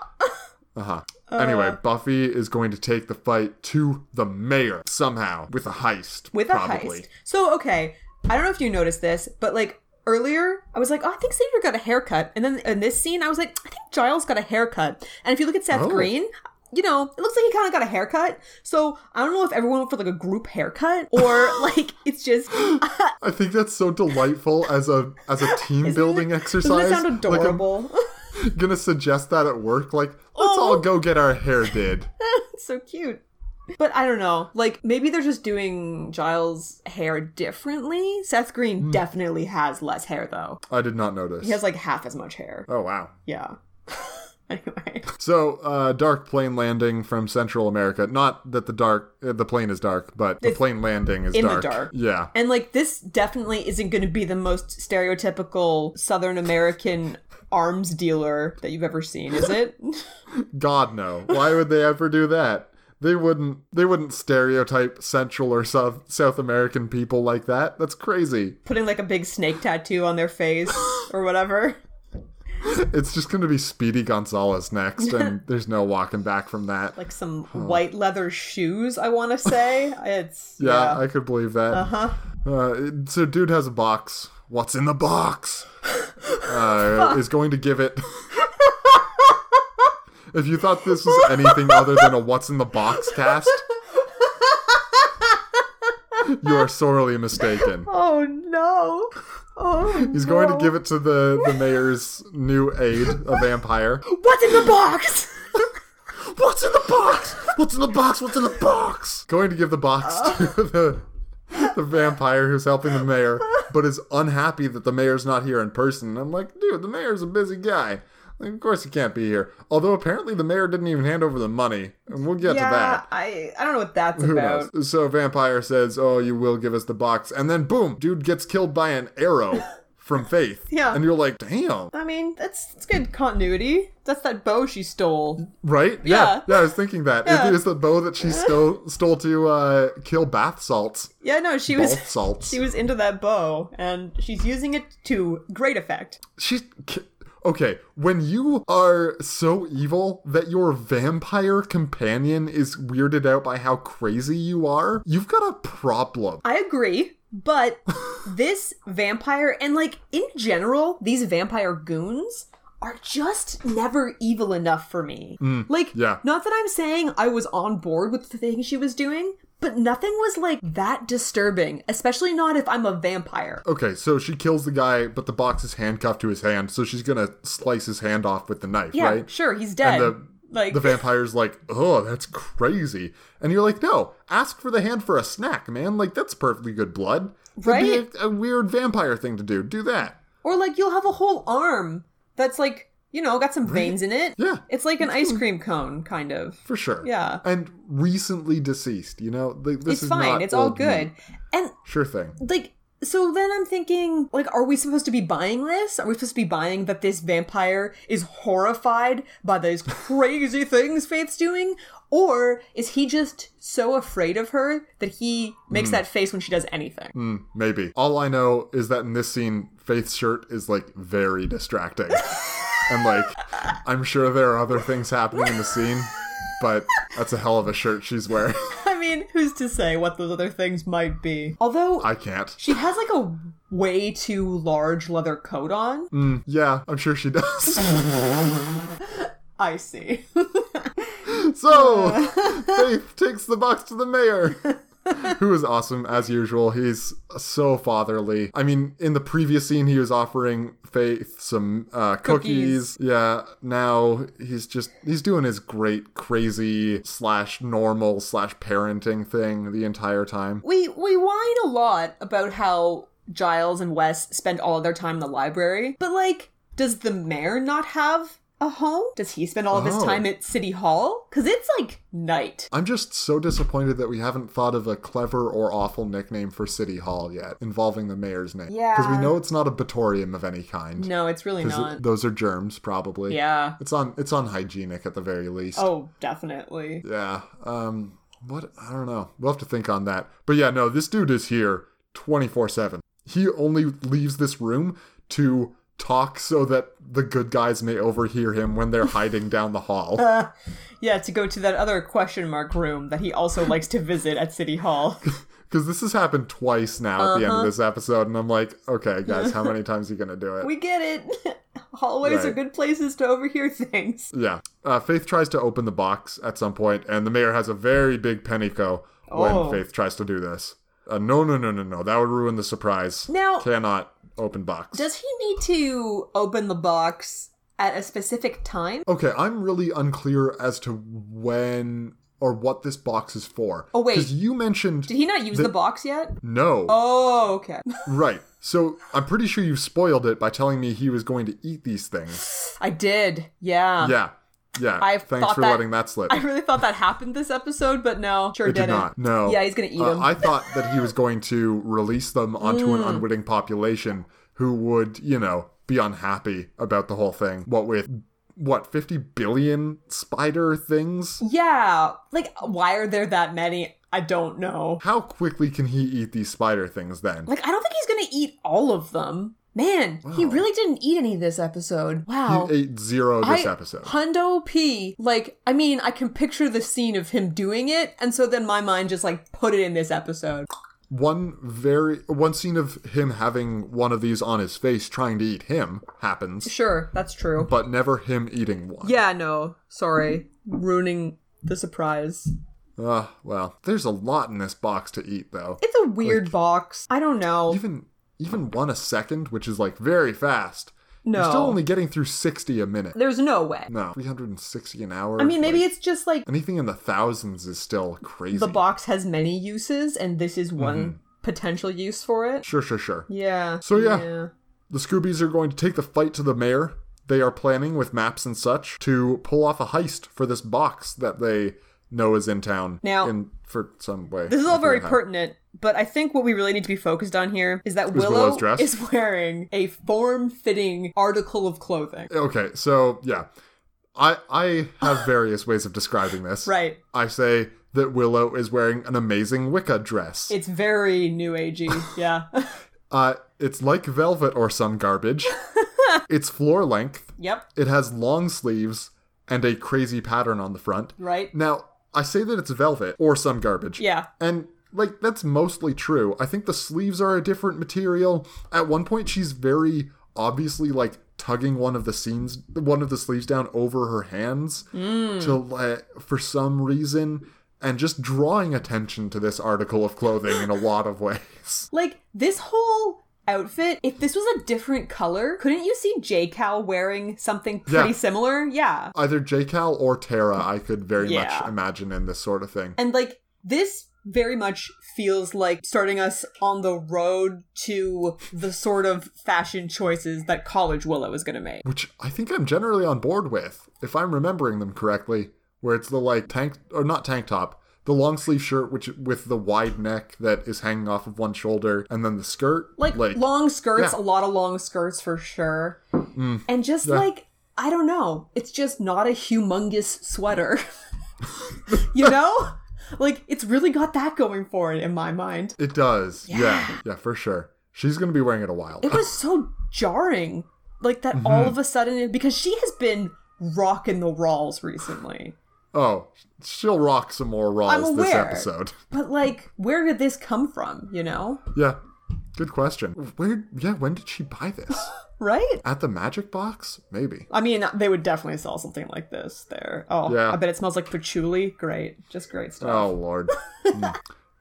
Speaker 2: Uh-huh.
Speaker 1: Uh.
Speaker 2: anyway, Buffy is going to take the fight to the mayor somehow with a heist.
Speaker 1: With a
Speaker 2: probably.
Speaker 1: heist. So, okay. I don't know if you noticed this, but like earlier, I was like, oh, I think Xavier got a haircut. And then in this scene, I was like, I think Giles got a haircut. And if you look at Seth
Speaker 2: Oh.
Speaker 1: Green, you know, it looks like he kind of got a haircut. So I don't know if everyone went for like a group haircut or like it's just.
Speaker 2: I think that's so delightful as a as a team building
Speaker 1: Doesn't
Speaker 2: exercise.
Speaker 1: that sound
Speaker 2: Like, I'm
Speaker 1: adorable?
Speaker 2: gonna suggest that at work. Like, let's all
Speaker 1: Oh.
Speaker 2: go get our hair did.
Speaker 1: it's so cute. But I don't know. Like maybe they're just doing Giles' hair differently. Seth Green
Speaker 2: Hmm.
Speaker 1: definitely has less hair though.
Speaker 2: I did not notice.
Speaker 1: He has like half as much hair.
Speaker 2: oh wow.
Speaker 1: Yeah. anyway.
Speaker 2: So, uh, dark plane landing from Central America. Not that the dark, uh, the plane is dark, but the
Speaker 1: It's
Speaker 2: plane landing is
Speaker 1: in the
Speaker 2: dark.
Speaker 1: dark.
Speaker 2: Yeah.
Speaker 1: And like this definitely isn't going to be the most stereotypical Southern American arms dealer that you've ever seen, is it?
Speaker 2: God no. Why would they ever do that? They wouldn't they wouldn't stereotype Central or South South American people like that. That's crazy.
Speaker 1: Putting like a big snake tattoo on their face or whatever.
Speaker 2: It's just gonna be Speedy Gonzalez next, and there's no walking back from that.
Speaker 1: Like some white leather shoes, I want to say. It's
Speaker 2: yeah, I could believe that. Uh-huh. so dude has a box. What's in the box? Uh, is going to give it If you thought this was anything other than a what's in the box cast, you are sorely mistaken.
Speaker 1: Oh no. Oh.
Speaker 2: He's going to give it to the, the mayor's new aide, a vampire.
Speaker 1: What's in the box?
Speaker 2: What's in the box? What's in the box? What's in the box? Going to give the box to the, the vampire who's helping the mayor, but is unhappy that the mayor's not here in person. I'm like, dude, the mayor's a busy guy. Like, of course he can't be here. Although apparently the mayor didn't even hand over the money, and we'll get to
Speaker 1: yeah,
Speaker 2: that.
Speaker 1: I I don't know what that's
Speaker 2: Who
Speaker 1: about.
Speaker 2: knows? So vampire says, "Oh, you will give us the box," and then boom, dude gets killed by an arrow from Faith.
Speaker 1: Yeah.
Speaker 2: and you're like, "Damn!"
Speaker 1: I mean, that's that's good continuity. That's that bow she stole.
Speaker 2: Right? Yeah.
Speaker 1: Yeah.
Speaker 2: yeah. I was thinking that. It
Speaker 1: Yeah.
Speaker 2: is the bow that she stole stole to uh, kill bath salts.
Speaker 1: Yeah, no, she was
Speaker 2: Bath salts.
Speaker 1: she was into that bow and she's using it to great effect.
Speaker 2: She's ki- okay. When you are so evil that your vampire companion is weirded out by how crazy you are, you've got a problem.
Speaker 1: I agree, but this vampire and like in general, these vampire goons are just never evil enough for me. like
Speaker 2: Mm, yeah.
Speaker 1: not that I'm saying I was on board with the thing she was doing, but nothing was like that disturbing, especially not if I'm a vampire.
Speaker 2: Okay, so she kills the guy, but the box is handcuffed to his hand, so she's gonna slice his hand off with the knife,
Speaker 1: Yeah,
Speaker 2: right?
Speaker 1: sure, he's dead.
Speaker 2: the-
Speaker 1: like
Speaker 2: The vampire's like, oh, that's crazy. And you're like, no, ask for the hand for a snack, man. Like, that's perfectly good blood. That'd be
Speaker 1: Right.
Speaker 2: a, a weird vampire thing to do. Do that.
Speaker 1: Or like you'll have a whole arm that's like, you know, got some veins in it.
Speaker 2: Yeah.
Speaker 1: It's like an ice cream cone, kind of.
Speaker 2: For sure.
Speaker 1: Yeah.
Speaker 2: And recently deceased, you know? Like, this
Speaker 1: It's
Speaker 2: is
Speaker 1: fine.
Speaker 2: not
Speaker 1: It's all
Speaker 2: old
Speaker 1: good.
Speaker 2: meat.
Speaker 1: And
Speaker 2: Sure thing.
Speaker 1: like so then I'm thinking, like, are we supposed to be buying this? Are we supposed to be buying that this vampire is horrified by those crazy things Faith's doing? Or is he just so afraid of her that he makes
Speaker 2: Hmm.
Speaker 1: that face when she does anything?
Speaker 2: Maybe. All I know is that in this scene, Faith's shirt is like very distracting. and like, I'm sure there are other things happening in the scene, but that's a hell of a shirt she's wearing.
Speaker 1: I mean, who's to say what those other things might be? Although
Speaker 2: I can't.
Speaker 1: she has like a way too large leather coat on.
Speaker 2: Yeah, I'm sure she does.
Speaker 1: I see.
Speaker 2: So, Faith takes the box to the mayor, who is awesome as usual. He's so fatherly. I mean, in the previous scene, he was offering Faith some uh, cookies.
Speaker 1: Cookies.
Speaker 2: Yeah, now he's just he's doing his great crazy slash normal slash parenting thing the entire time.
Speaker 1: we we whine a lot about how Giles and Wes spend all of their time in the library, but like, does the mayor not have a home? Does he spend all of his
Speaker 2: Oh.
Speaker 1: time at City Hall? Because it's like night.
Speaker 2: I'm just so disappointed that we haven't thought of a clever or awful nickname for City Hall yet involving the mayor's name. Because we
Speaker 1: Yeah.
Speaker 2: know it's not a Batorium of any kind.
Speaker 1: No, it's really
Speaker 2: 'Cause
Speaker 1: not.
Speaker 2: it- those are germs, probably.
Speaker 1: Yeah.
Speaker 2: It's on. It's unhygienic at the very least.
Speaker 1: Oh, definitely.
Speaker 2: Yeah. Um. What? I don't know. We'll have to think on that. But yeah, no. This dude is here twenty four seven. He only leaves this room to talk so that the good guys may overhear him when they're hiding down the hall.
Speaker 1: Uh. Yeah, to go to that other question mark room that he also likes to visit at City Hall.
Speaker 2: Because this has happened twice now at
Speaker 1: Uh-huh.
Speaker 2: the end of this episode, and I'm like, okay, guys, how many times are you gonna do it?
Speaker 1: we get it. Hallways are
Speaker 2: Right.
Speaker 1: good places to overhear things.
Speaker 2: Yeah. Uh, Faith tries to open the box at some point, and the mayor has a very big penico when
Speaker 1: Oh.
Speaker 2: Faith tries to do this. Uh, no, no, no, no, no. That would ruin the surprise.
Speaker 1: Now-
Speaker 2: Cannot open box.
Speaker 1: Does he need to open the box at a specific time?
Speaker 2: Okay, I'm really unclear as to when or what this box is for.
Speaker 1: Oh, wait.
Speaker 2: Because you mentioned.
Speaker 1: Did he not use the, box yet?
Speaker 2: No.
Speaker 1: Oh, okay.
Speaker 2: Right. So I'm pretty sure you spoiled it by telling me he was going to eat these things.
Speaker 1: I did. Yeah.
Speaker 2: Yeah. Yeah.
Speaker 1: I
Speaker 2: Thanks
Speaker 1: thought
Speaker 2: for
Speaker 1: that-
Speaker 2: letting that slip.
Speaker 1: I really thought that happened this episode, but no, sure
Speaker 2: It did
Speaker 1: not
Speaker 2: not. No.
Speaker 1: Yeah, he's gonna eat
Speaker 2: Uh,
Speaker 1: him. Mm.
Speaker 2: I thought that he was going to release them onto an unwitting population who would, you know, be unhappy about the whole thing. What with what 50 billion spider things?
Speaker 1: Yeah. Like, why are there that many? I don't know.
Speaker 2: How quickly can he eat these spider things then?
Speaker 1: Like, I don't think he's gonna eat all of them. Man, he
Speaker 2: Wow.
Speaker 1: really didn't eat any this episode. Wow.
Speaker 2: He ate zero this
Speaker 1: I-
Speaker 2: episode.
Speaker 1: Hundo P. Like, I mean, I can picture the scene of him doing it, and so then my mind just like put it in this episode.
Speaker 2: One very one scene of him having one of these on his face trying to eat him happens,
Speaker 1: Sure, that's true.
Speaker 2: but never him eating one.
Speaker 1: yeah, no, sorry, ruining the surprise.
Speaker 2: Uh, well, there's a lot in this box to eat though.
Speaker 1: It's a weird box. I don't know.
Speaker 2: even even one a second, which is like very fast.
Speaker 1: no,
Speaker 2: You're still only getting through sixty a minute.
Speaker 1: there's no way.
Speaker 2: No, three hundred and sixty an hour.
Speaker 1: I mean, maybe
Speaker 2: like,
Speaker 1: it's just like
Speaker 2: anything in the thousands is still crazy.
Speaker 1: the box has many uses, and this is one potential use for it.
Speaker 2: Sure, sure, sure.
Speaker 1: Yeah.
Speaker 2: Mm-hmm. So, yeah. The Scoobies are going to take the fight to the mayor. They are planning with maps and such to pull off a heist for this box that they know is in town.
Speaker 1: Now-
Speaker 2: in for some way.
Speaker 1: This is
Speaker 2: I
Speaker 1: all very
Speaker 2: forget how.
Speaker 1: pertinent, but I think what we really need to be focused on here is that
Speaker 2: Willow's
Speaker 1: Willow
Speaker 2: dress?
Speaker 1: is wearing a form-fitting article of clothing.
Speaker 2: Okay, so yeah, I I have various ways of describing this.
Speaker 1: Right.
Speaker 2: I say that Willow is wearing an amazing Wicca dress.
Speaker 1: It's very new agey. Yeah.
Speaker 2: uh, it's like velvet or some garbage. it's floor length.
Speaker 1: yep.
Speaker 2: It has long sleeves and a crazy pattern on the front.
Speaker 1: Right.
Speaker 2: Now, I say that it's velvet or some garbage.
Speaker 1: Yeah.
Speaker 2: And like that's mostly true. I think the sleeves are a different material. At one point she's very obviously like tugging one of the seams one of the sleeves down over her hands to like for some reason and just drawing attention to this article of clothing in a lot of ways.
Speaker 1: Like this whole outfit, if this was a different color, couldn't you see J Cal wearing something pretty
Speaker 2: Yeah.
Speaker 1: similar? Yeah.
Speaker 2: Either J-Cal or Terra I could very
Speaker 1: Yeah.
Speaker 2: much imagine in this sort of thing.
Speaker 1: And like this very much feels like starting us on the road to the sort of fashion choices that college Willow is going to make.
Speaker 2: which I think I'm generally on board with, if I'm remembering them correctly. Where it's the like tank or not tank top, the long sleeve shirt which with the wide neck that is hanging off of one shoulder, and then the skirt,
Speaker 1: Like, long skirts,
Speaker 2: yeah.
Speaker 1: a
Speaker 2: Mm.
Speaker 1: lot of long skirts for sure. and just
Speaker 2: yeah.
Speaker 1: like I don't know, it's just not a humongous sweater. you know? Like it's really got that going for it in my mind.
Speaker 2: It does, yeah. yeah, for sure. She's gonna be wearing it a while.
Speaker 1: It was so jarring. Like that all of a sudden because she has been rocking the Rawls recently.
Speaker 2: oh, she'll rock some more Rawls this
Speaker 1: aware.
Speaker 2: episode.
Speaker 1: But like, where did this come from, you know?
Speaker 2: yeah, Good question. Where? Yeah, when did she buy this?
Speaker 1: Right?
Speaker 2: At the magic box? Maybe.
Speaker 1: I mean, they would definitely sell something like this there. Oh,
Speaker 2: Yeah.
Speaker 1: I bet it smells like patchouli. Great. Just great stuff.
Speaker 2: Oh lord. Mm.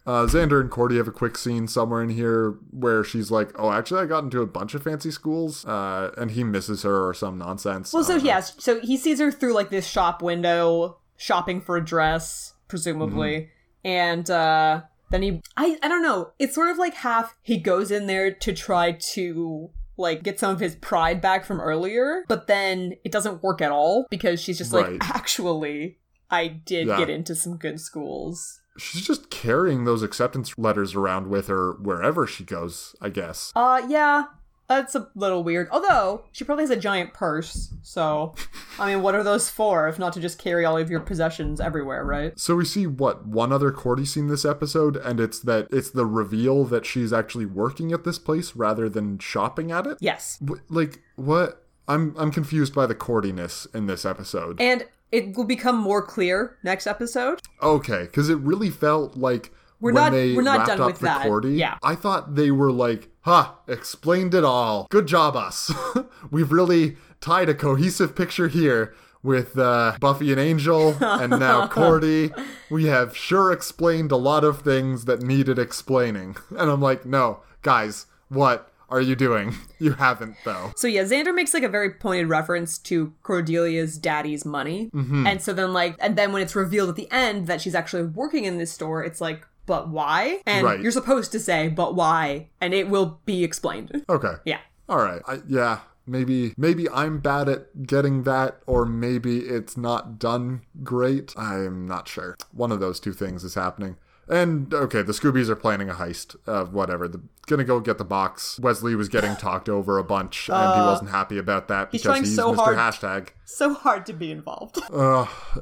Speaker 2: Uh, Xander and Cordy have a quick scene somewhere in here where she's like, "Oh, actually, I got into a bunch of fancy schools," uh, and he misses her or some nonsense. Uh,
Speaker 1: Well, so yes, so he sees her through like this shop window, shopping for a dress, presumably,
Speaker 2: Mm-hmm.
Speaker 1: and uh, then he, I, I don't know. It's sort of like half he goes in there to try to like get some of his pride back from earlier, but then it doesn't work at all because she's just
Speaker 2: Right.
Speaker 1: like, actually, I did
Speaker 2: Yeah.
Speaker 1: get into some good schools.
Speaker 2: she's just carrying those acceptance letters around with her wherever she goes. I guess.
Speaker 1: Uh, yeah. That's a little weird. Although, she probably has a giant purse, so. I mean, what are those for if not to just carry all of your possessions everywhere, right?
Speaker 2: So we see what one other Cordy scene this episode, and it's that it's the reveal that she's actually working at this place rather than shopping at it.
Speaker 1: Yes.
Speaker 2: Wh- like what? I'm I'm confused by the Cordiness in this episode.
Speaker 1: And it will become more clear next episode.
Speaker 2: Okay, because it really felt like
Speaker 1: We're
Speaker 2: when
Speaker 1: not-
Speaker 2: they
Speaker 1: we're not
Speaker 2: wrapped
Speaker 1: done
Speaker 2: up
Speaker 1: with
Speaker 2: the
Speaker 1: that.
Speaker 2: Cordy,
Speaker 1: Yeah.
Speaker 2: I thought they were like, "Ha, explained it all. Good job, us. We've really tied a cohesive picture here." With uh, Buffy and Angel, and now Cordy, we have sure explained a lot of things that needed explaining. And I'm like, no, guys, what are you doing? You haven't, though.
Speaker 1: So yeah, Xander makes like a very pointed reference to Cordelia's daddy's money. And so then like and then when it's revealed at the end that she's actually working in this store, it's like but why? And
Speaker 2: Right.
Speaker 1: you're supposed to say, but why? And it will be explained.
Speaker 2: Okay.
Speaker 1: Yeah.
Speaker 2: All right. I, yeah. Maybe maybe I'm bad at getting that, or maybe it's not done great. I'm not sure. One of those two things is happening. And okay, the Scoobies are planning a heist of whatever. The, gonna go get the box. Wesley was getting talked over a bunch, and he wasn't happy about that
Speaker 1: Uh, he's
Speaker 2: because
Speaker 1: trying
Speaker 2: he's
Speaker 1: so
Speaker 2: Mr.
Speaker 1: hard.
Speaker 2: Hashtag.
Speaker 1: So hard to be involved.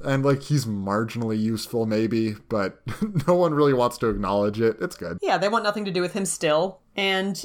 Speaker 2: And like he's marginally useful, maybe, but no one really wants to acknowledge it. It's good.
Speaker 1: yeah, they want nothing to do with him still. And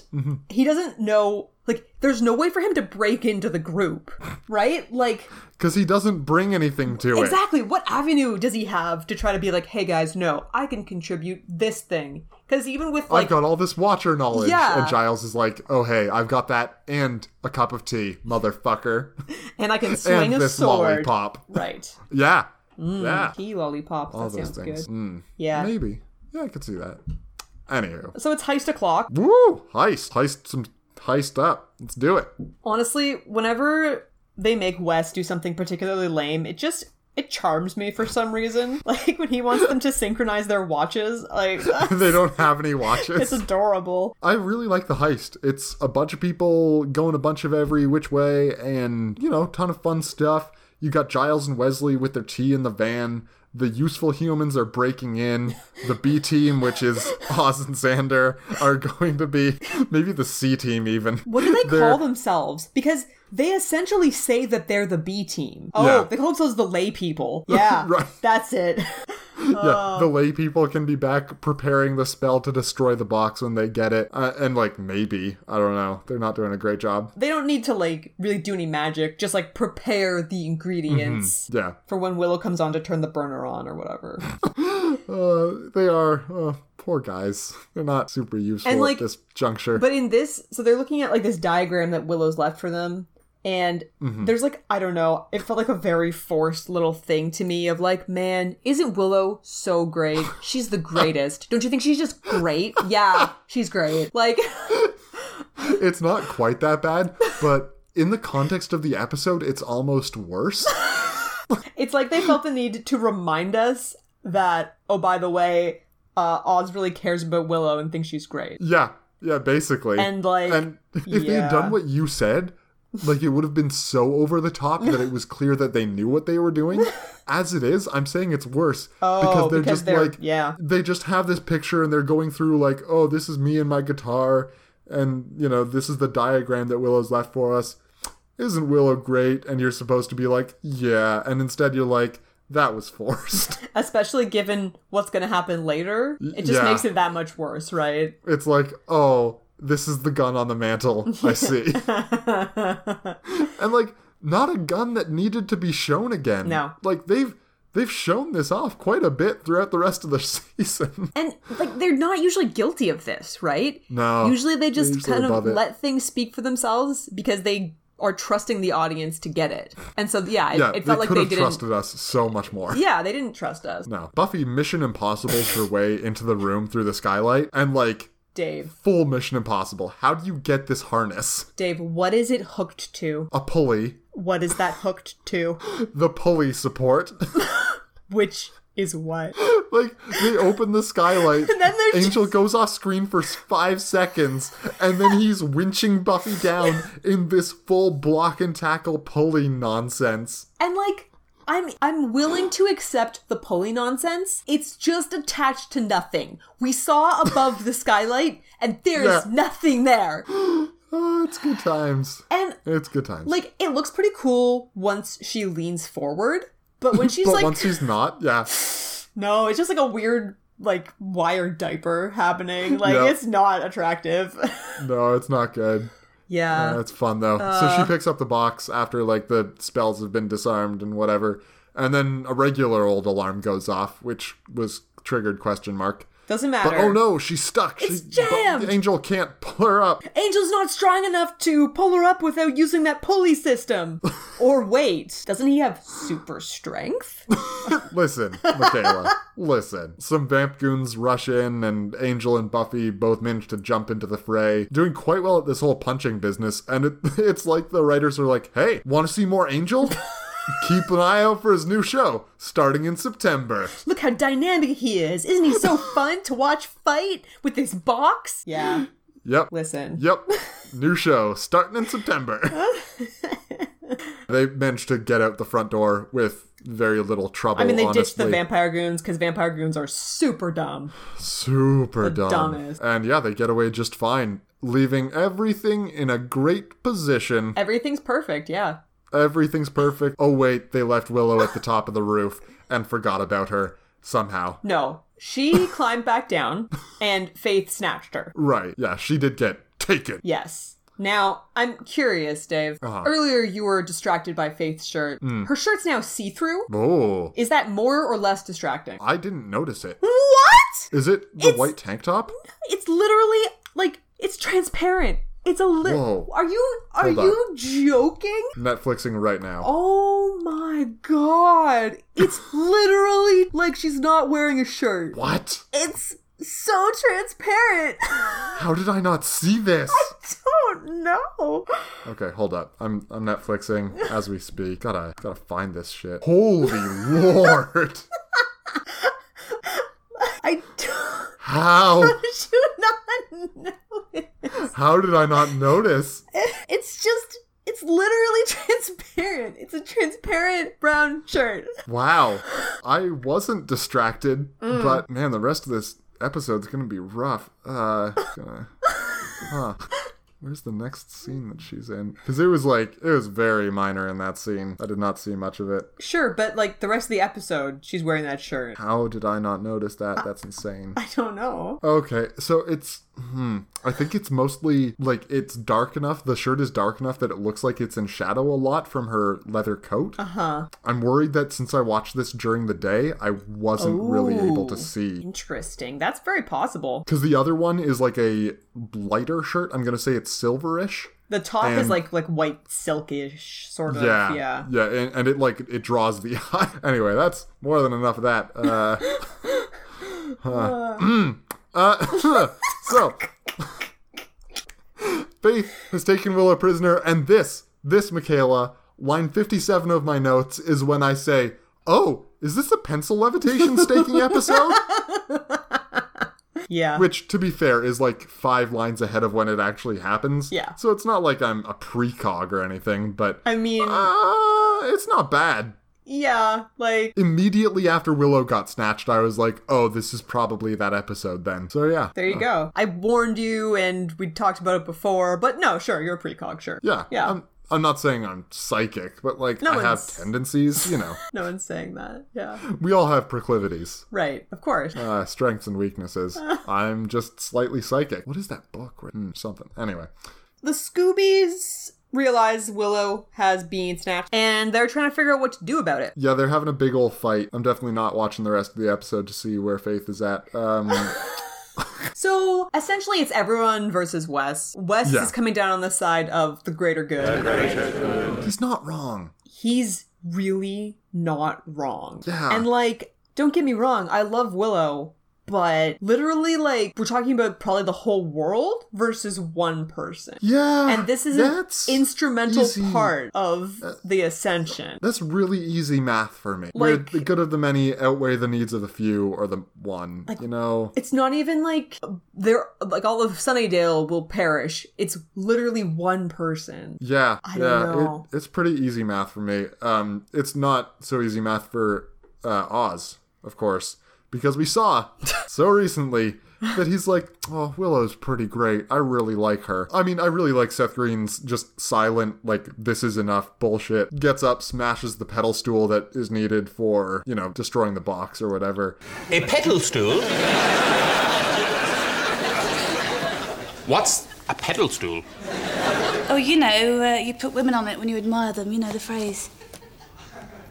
Speaker 1: he doesn't know like there's no way for him to break into the group, right? Like
Speaker 2: Because he doesn't bring anything to it.
Speaker 1: Exactly. What avenue does he have to try to be like, hey guys, no, I can contribute this thing? Because even with
Speaker 2: I've
Speaker 1: like,
Speaker 2: got all this watcher knowledge.
Speaker 1: Yeah.
Speaker 2: And Giles is like, oh, hey, I've got that and a cup of tea, motherfucker.
Speaker 1: and I can swing
Speaker 2: and
Speaker 1: a Mm,
Speaker 2: this
Speaker 1: sword.
Speaker 2: lollipop.
Speaker 1: Right.
Speaker 2: Yeah. yeah.
Speaker 1: He lollipops.
Speaker 2: all
Speaker 1: that sounds
Speaker 2: those things.
Speaker 1: good.
Speaker 2: Mm,
Speaker 1: Yeah.
Speaker 2: maybe. Yeah, I could see that. Anywho.
Speaker 1: So it's heist o'clock.
Speaker 2: Woo! Heist. Heist some. Heist up. Let's do it.
Speaker 1: Honestly, whenever they make Wes do something particularly lame, it just it charms me for some reason. Like when he wants them to synchronize their watches, like
Speaker 2: they don't have any
Speaker 1: it's
Speaker 2: watches.
Speaker 1: adorable.
Speaker 2: I really like the heist. It's a bunch of people going a bunch of every which way and, you know, ton of fun stuff. You got Giles and Wesley with their tea in the van. The useful humans are breaking in. The B team, which is Oz and Xander, are going to be maybe the C team even.
Speaker 1: What do they
Speaker 2: They're-
Speaker 1: call themselves? Because they essentially say that they're the B team. Oh,
Speaker 2: Yeah.
Speaker 1: they call themselves the lay people. Yeah,
Speaker 2: Right.
Speaker 1: that's it.
Speaker 2: Yeah, the lay people can be back preparing the spell to destroy the box when they get it. Uh, and like maybe, I don't know. They're not doing a great job.
Speaker 1: They don't need to like really do any magic. Just like prepare the ingredients
Speaker 2: Yeah.
Speaker 1: for when Willow comes on to turn the burner on or whatever.
Speaker 2: Uh, they are uh, poor guys. They're not super useful
Speaker 1: And, like,
Speaker 2: at this juncture.
Speaker 1: but in this, so they're looking at like this diagram that Willow's left for them. And
Speaker 2: Mm-hmm.
Speaker 1: there's like, I don't know, it felt like a very forced little thing to me of like, man, isn't Willow so great? She's the greatest. Don't you think she's just great? Yeah, she's great. Like,
Speaker 2: it's not quite that bad, but in the context of the episode, it's almost worse.
Speaker 1: It's like they felt the need to remind us that, oh, by the way, uh, Oz really cares about Willow and thinks she's great.
Speaker 2: yeah, yeah, basically.
Speaker 1: And, like,
Speaker 2: and if they
Speaker 1: yeah.
Speaker 2: had done what you said, like it would have been so over the top that it was clear that they knew what they were doing. As it is, I'm saying it's worse because they're
Speaker 1: Oh, because
Speaker 2: just
Speaker 1: they're-
Speaker 2: like
Speaker 1: yeah.
Speaker 2: they just have this picture and they're going through like, oh, this is me and my guitar, and you know this is the diagram that Willow's left for us. Isn't Willow great? And you're supposed to be like, yeah, and instead you're like, that was forced.
Speaker 1: Especially given what's going to happen later. It just
Speaker 2: yeah.
Speaker 1: makes it that much worse, right?
Speaker 2: it's like, oh, this is the gun on the mantle. I see. and like, not a gun that needed to be shown again.
Speaker 1: No.
Speaker 2: Like they've They've shown this off quite a bit throughout the rest of the season.
Speaker 1: And like they're not usually guilty of this, right?
Speaker 2: No.
Speaker 1: Usually they just
Speaker 2: They're usually
Speaker 1: kind of
Speaker 2: above it.
Speaker 1: let things speak for themselves because they are trusting the audience to get it. And so yeah, it,
Speaker 2: yeah,
Speaker 1: it
Speaker 2: they
Speaker 1: felt like
Speaker 2: could
Speaker 1: they
Speaker 2: have
Speaker 1: didn't
Speaker 2: trusted us so much more.
Speaker 1: Yeah, they didn't trust us.
Speaker 2: No. Buffy mission impossibles her way into the room through the skylight and like
Speaker 1: Dave.
Speaker 2: full mission impossible. How do you get this harness?
Speaker 1: Dave, what is it hooked to?
Speaker 2: A pulley.
Speaker 1: What is that hooked to?
Speaker 2: The pulley support.
Speaker 1: Which is what?
Speaker 2: like they open the skylight.
Speaker 1: And then they're
Speaker 2: Angel goes off screen for s- five seconds, and then he's winching Buffy down in this full block and tackle pulley nonsense.
Speaker 1: And like I'm I'm willing to accept the pulley nonsense. It's just attached to nothing. We saw above the skylight and there's
Speaker 2: Yeah.
Speaker 1: nothing there.
Speaker 2: Oh, it's good times.
Speaker 1: And
Speaker 2: It's good times.
Speaker 1: like it looks pretty cool once she leans forward, but when she's
Speaker 2: but
Speaker 1: like
Speaker 2: once he's not, yeah,
Speaker 1: no, it's just like a weird like wire diaper happening. Like
Speaker 2: Yeah.
Speaker 1: it's not attractive.
Speaker 2: no, it's not good.
Speaker 1: yeah. Uh.
Speaker 2: That's fun though. so she picks up the box after like the spells have been disarmed and whatever, and then a regular old alarm goes off, which was triggered question mark.
Speaker 1: Doesn't matter.
Speaker 2: But oh no, she's stuck.
Speaker 1: It's
Speaker 2: she,
Speaker 1: jammed!
Speaker 2: Angel can't pull her up.
Speaker 1: Angel's not strong enough to pull her up without using that pulley system. or wait, doesn't he have super strength?
Speaker 2: Listen, Michaela, listen. Some vamp goons rush in, and Angel and Buffy both manage to jump into the fray, doing quite well at this whole punching business. And it, it's like the writers are like, hey, want to see more Angel? Keep an eye out for his new show, starting in September.
Speaker 1: Look how dynamic he is. Isn't he so fun to watch fight with this box? Yeah.
Speaker 2: Yep.
Speaker 1: Listen.
Speaker 2: Yep. New show starting in September. they managed to get out the front door with very little trouble.
Speaker 1: I mean, they
Speaker 2: honestly.
Speaker 1: ditched the vampire goons because vampire goons are super dumb.
Speaker 2: Super dumb.
Speaker 1: dumbest.
Speaker 2: And yeah, they get away just fine, leaving everything in a great position.
Speaker 1: Everything's perfect, yeah.
Speaker 2: Everything's perfect. Oh, wait, they left Willow at the top of the roof and forgot about her somehow.
Speaker 1: No, she climbed back down and Faith snatched her.
Speaker 2: Right. Yeah, she did get taken.
Speaker 1: Yes. Now, I'm curious, Dave. Earlier, you were distracted by Faith's shirt. Her shirt's now see through.
Speaker 2: Oh,
Speaker 1: Is that more or less distracting?
Speaker 2: I didn't notice it.
Speaker 1: What?
Speaker 2: Is it the white tank top?
Speaker 1: It's literally like it's transparent. It's a li-
Speaker 2: Whoa.
Speaker 1: Are you are
Speaker 2: Hold up.
Speaker 1: you joking?
Speaker 2: Netflixing right now.
Speaker 1: Oh my god. It's literally like she's not wearing a shirt.
Speaker 2: What?
Speaker 1: It's so transparent. I
Speaker 2: How did I not see this?
Speaker 1: don't know.
Speaker 2: Okay, hold up. I'm I'm Netflixing as we speak. Gotta gotta find this shit. Holy lord!
Speaker 1: I do
Speaker 2: How
Speaker 1: not know. It.
Speaker 2: how did I not notice?
Speaker 1: It's just it's literally transparent. It's a transparent brown shirt.
Speaker 2: Wow. I wasn't distracted, but man, the rest of this episode's gonna be rough. Uh, gonna, huh. Where's the next scene that she's in? Because it was like, it was very minor in that scene. I did not see much of it.
Speaker 1: Sure, but like the rest of the episode, she's wearing that shirt.
Speaker 2: How did I not notice that? That's insane.
Speaker 1: I don't know.
Speaker 2: Okay, so it's, hmm, I think it's mostly like it's dark enough. The shirt is dark enough that it looks like it's in shadow a lot from her leather coat. Uh huh. I'm worried that since I watched this during the day, I wasn't really able to
Speaker 1: Ooh.
Speaker 2: see.
Speaker 1: Interesting. That's very possible.
Speaker 2: Because the other one is like a lighter shirt. I'm gonna say it's silverish.
Speaker 1: The top
Speaker 2: And-
Speaker 1: is like like white silkish sort of.
Speaker 2: Yeah,
Speaker 1: Yeah.
Speaker 2: yeah, and, and it like it draws the eye. anyway, that's more than enough of that. Uh, huh. Mm. uh, so, Faith has taken Willow prisoner, and this, this Michaela, line fifty-seven of my notes is when I say, "Oh, is this a pencil levitation staking episode?"
Speaker 1: Yeah.
Speaker 2: Which, to be fair, is like five lines ahead of when it actually happens.
Speaker 1: Yeah.
Speaker 2: So it's not like I'm a precog or anything, but
Speaker 1: I mean,
Speaker 2: uh, it's not bad.
Speaker 1: yeah, like
Speaker 2: Immediately after Willow got snatched, I was like, oh, this is probably that episode then. So yeah.
Speaker 1: there you go. I warned you and we talked about it before, but no, sure, you're a precog, sure.
Speaker 2: Yeah. um,
Speaker 1: Yeah.
Speaker 2: I'm, I'm not saying I'm psychic, but like
Speaker 1: No
Speaker 2: I have
Speaker 1: one's-
Speaker 2: tendencies, you know.
Speaker 1: No one's saying that. Yeah.
Speaker 2: we all have proclivities,
Speaker 1: Right. Of course.
Speaker 2: uh, strengths and weaknesses. Hmm, I'm just slightly psychic. What is that book? written? something. Anyway.
Speaker 1: the Scoobies realize Willow has been snatched, and they're trying to figure out what to do about it.
Speaker 2: Yeah, they're having a big old fight. I'm definitely not watching the rest of the episode to see where Faith is at. Um,
Speaker 1: So essentially, it's everyone versus Wes. Wes
Speaker 2: Yeah.
Speaker 1: is coming down on the side of the greater good.
Speaker 2: he's not wrong.
Speaker 1: He's really not wrong.
Speaker 2: Yeah.
Speaker 1: And like, don't get me wrong, I love Willow, but literally, like, we're talking about probably the whole world versus one person.
Speaker 2: Yeah.
Speaker 1: And this is
Speaker 2: that's
Speaker 1: an instrumental
Speaker 2: easy. Uh,
Speaker 1: part of the ascension.
Speaker 2: That's really easy math for me. Where
Speaker 1: Like-
Speaker 2: the good of the many outweigh the needs of the few or the one. you know?
Speaker 1: It's not even like they're like all of Sunnydale will perish. It's literally one person.
Speaker 2: Yeah.
Speaker 1: I don't
Speaker 2: yeah.
Speaker 1: know.
Speaker 2: It, it's pretty easy math for me. Um, it's not so easy math for uh, Oz, of course, because we saw so recently that he's like, oh, Willow's pretty great. I really like her. I mean, I really like Seth Green's just silent, like, this is enough bullshit. Gets up, smashes the pedal stool that is needed for, you know, destroying the box or whatever.
Speaker 8: A pedal stool? What's a pedal stool?
Speaker 9: Oh, you know, uh, you put women on it when you admire them. You know the phrase.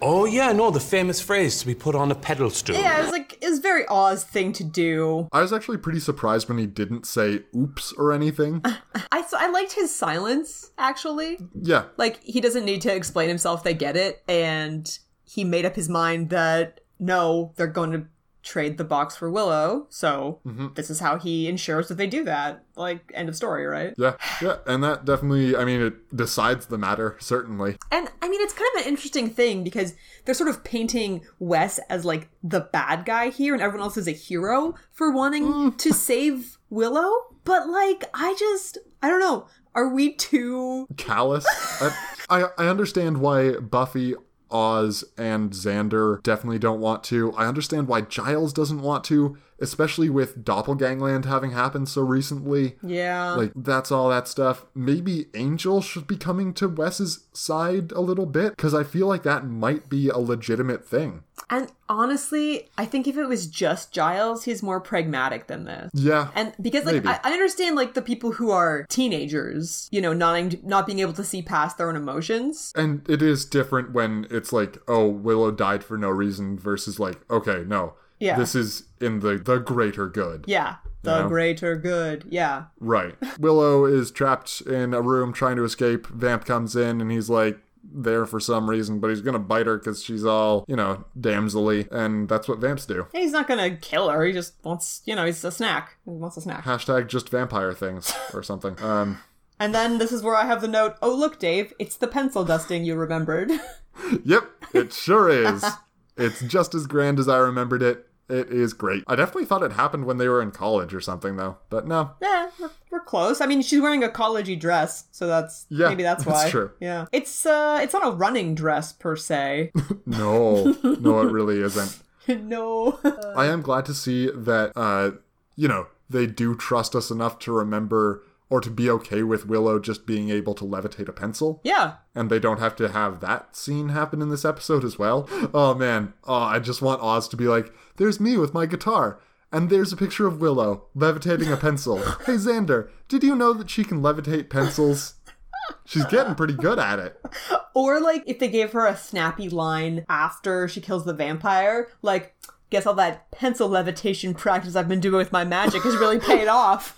Speaker 8: Oh, yeah, no, the famous phrase to be put on a pedal stool.
Speaker 1: Yeah, it's like it's a very Oz thing to do.
Speaker 2: I was actually pretty surprised when he didn't say oops or anything.
Speaker 1: I so I liked his silence actually.
Speaker 2: Yeah.
Speaker 1: Like he doesn't need to explain himself; they get it, and he made up his mind that no, they're going to trade the box for Willow. So this is how he ensures that they do that. Like end of story, right?
Speaker 2: Yeah. Yeah. And that definitely, I mean, it decides the matter, certainly.
Speaker 1: And I mean, it's kind of an interesting thing because they're sort of painting Wes as like the bad guy here, and everyone else is a hero for wanting to save Willow. But like, I just, I don't know. Are we too?
Speaker 2: Callous. I, I, I understand why Buffy, Oz, and Xander definitely don't want to. I understand why Giles doesn't want to, especially with Doppelgangland having happened so recently.
Speaker 1: Yeah.
Speaker 2: Like, that's all that stuff. Maybe Angel should be coming to Wes's side a little bit, because I feel like that might be a legitimate thing.
Speaker 1: and honestly, I think if it was just Giles, he's more pragmatic than this.
Speaker 2: Yeah.
Speaker 1: And because like
Speaker 2: Maybe.
Speaker 1: I, I understand like the people who are teenagers, you know, not not being able to see past their own emotions.
Speaker 2: And it is different when it's like, oh, Willow died for no reason versus like, okay, no.
Speaker 1: Yeah.
Speaker 2: This is in the the greater good.
Speaker 1: Yeah, the
Speaker 2: Yeah.
Speaker 1: greater good. Yeah,
Speaker 2: Right. Willow is trapped in a room trying to escape. Vamp comes in and he's like there for some reason, but he's gonna bite her because she's all, you know, damselly, and that's what vamps do.
Speaker 1: he's not gonna kill her. He just wants, you know, he's a snack. He wants a snack.
Speaker 2: Hashtag just vampire things or something. Um
Speaker 1: And then this is where I have the note. Oh look, Dave, it's the pencil dusting you remembered.
Speaker 2: Yep, it sure is. it's just as grand as I remembered it. It is great. I definitely thought it happened when they were in college or something though. But no,
Speaker 1: yeah, we're, we're close. I mean, she's wearing a collegey dress, so that's
Speaker 2: Yeah,
Speaker 1: maybe that's why.
Speaker 2: that's true.
Speaker 1: Yeah, it's uh, it's not a running dress per se.
Speaker 2: No, no, it really isn't.
Speaker 1: no.
Speaker 2: I am glad to see that, uh, you know, they do trust us enough to remember or to be okay with Willow just being able to levitate a pencil.
Speaker 1: yeah,
Speaker 2: And they don't have to have that scene happen in this episode as well. Oh man, oh, I just want Oz to be like, there's me with my guitar. And there's a picture of Willow levitating a pencil. hey Xander, did you know that she can levitate pencils? She's getting pretty good at it.
Speaker 1: Or like if they gave her a snappy line after she kills the vampire, like guess all that pencil levitation practice I've been doing with my magic has really paid off.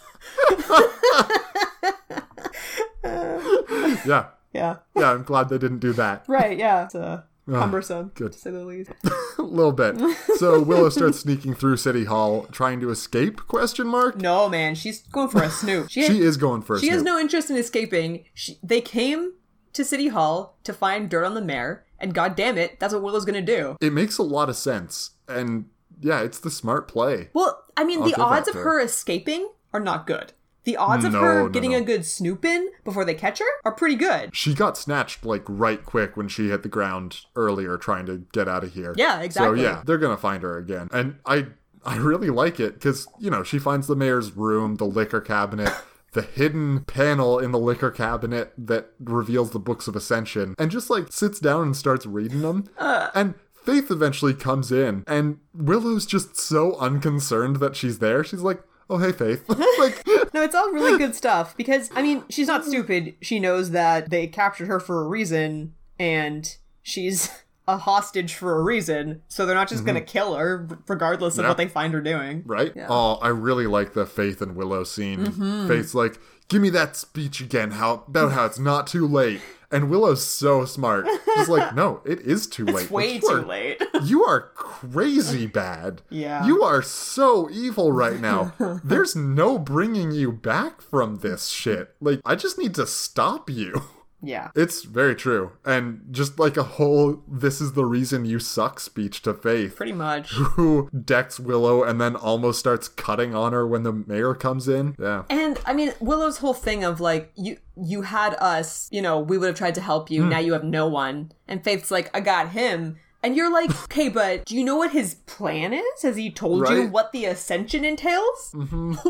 Speaker 2: Yeah.
Speaker 1: Yeah.
Speaker 2: Yeah, I'm glad they didn't do that.
Speaker 1: Right, yeah. It's uh, cumbersome,
Speaker 2: Ah, good.
Speaker 1: to say the least.
Speaker 2: a little bit. So Willow starts sneaking through City Hall, trying to escape? Question mark.
Speaker 1: No, man, she's going for a snoop. She,
Speaker 2: She is going for a
Speaker 1: She has
Speaker 2: snoop.
Speaker 1: no interest in escaping. She, they came to City Hall to find dirt on the mayor, and god damn it, that's what Willow's gonna do.
Speaker 2: It makes a lot of sense, and yeah, it's the smart play.
Speaker 1: Well, I mean, the
Speaker 2: give that
Speaker 1: odds of
Speaker 2: to
Speaker 1: her escaping are not good. The odds of
Speaker 2: No,
Speaker 1: her
Speaker 2: no,
Speaker 1: getting
Speaker 2: no.
Speaker 1: a good snoop in before they catch her are pretty good.
Speaker 2: She got snatched like right quick when she hit the ground earlier, trying to get out of here.
Speaker 1: Yeah, exactly.
Speaker 2: So yeah, they're gonna find her again, and I I really like it because you know she finds the mayor's room, the liquor cabinet. The hidden panel in the liquor cabinet that reveals the books of ascension, and just like sits down and starts reading them.
Speaker 1: Uh.
Speaker 2: and Faith eventually comes in, and Willow's just so unconcerned that she's there. She's like, "Oh hey, Faith," like
Speaker 1: No, it's all really good stuff because I mean, she's not stupid. She knows that they captured her for a reason and she's a hostage for a reason, so they're not just going to kill her regardless of
Speaker 2: Mm-hmm. Yeah.
Speaker 1: what they find her doing.
Speaker 2: right? Oh, I really like the Faith and Willow scene.
Speaker 1: Mm-hmm.
Speaker 2: Faith's like, "Give me that speech again, how about how it's not too late." And Willow's so smart. She's like, "No, it is too late.
Speaker 1: It's way
Speaker 2: Like,
Speaker 1: too
Speaker 2: you are-
Speaker 1: late.
Speaker 2: You are crazy bad.
Speaker 1: Yeah.
Speaker 2: You are so evil right now. There's no bringing you back from this shit. Like, I just need to stop you."
Speaker 1: yeah.
Speaker 2: It's very true. And just like a whole this is the reason you suck speech to Faith
Speaker 1: Pretty much.
Speaker 2: who decks Willow and then almost starts cutting on her when the mayor comes in. Yeah.
Speaker 1: And I mean, Willow's whole thing of like, you you had us, you know, we would have tried to help
Speaker 2: Hmm.
Speaker 1: you. Now you have no one. And Faith's like, I got him. And you're like, okay, but do you know what his plan is? Has he told you
Speaker 2: Right. Mm-hmm.
Speaker 1: what the ascension entails?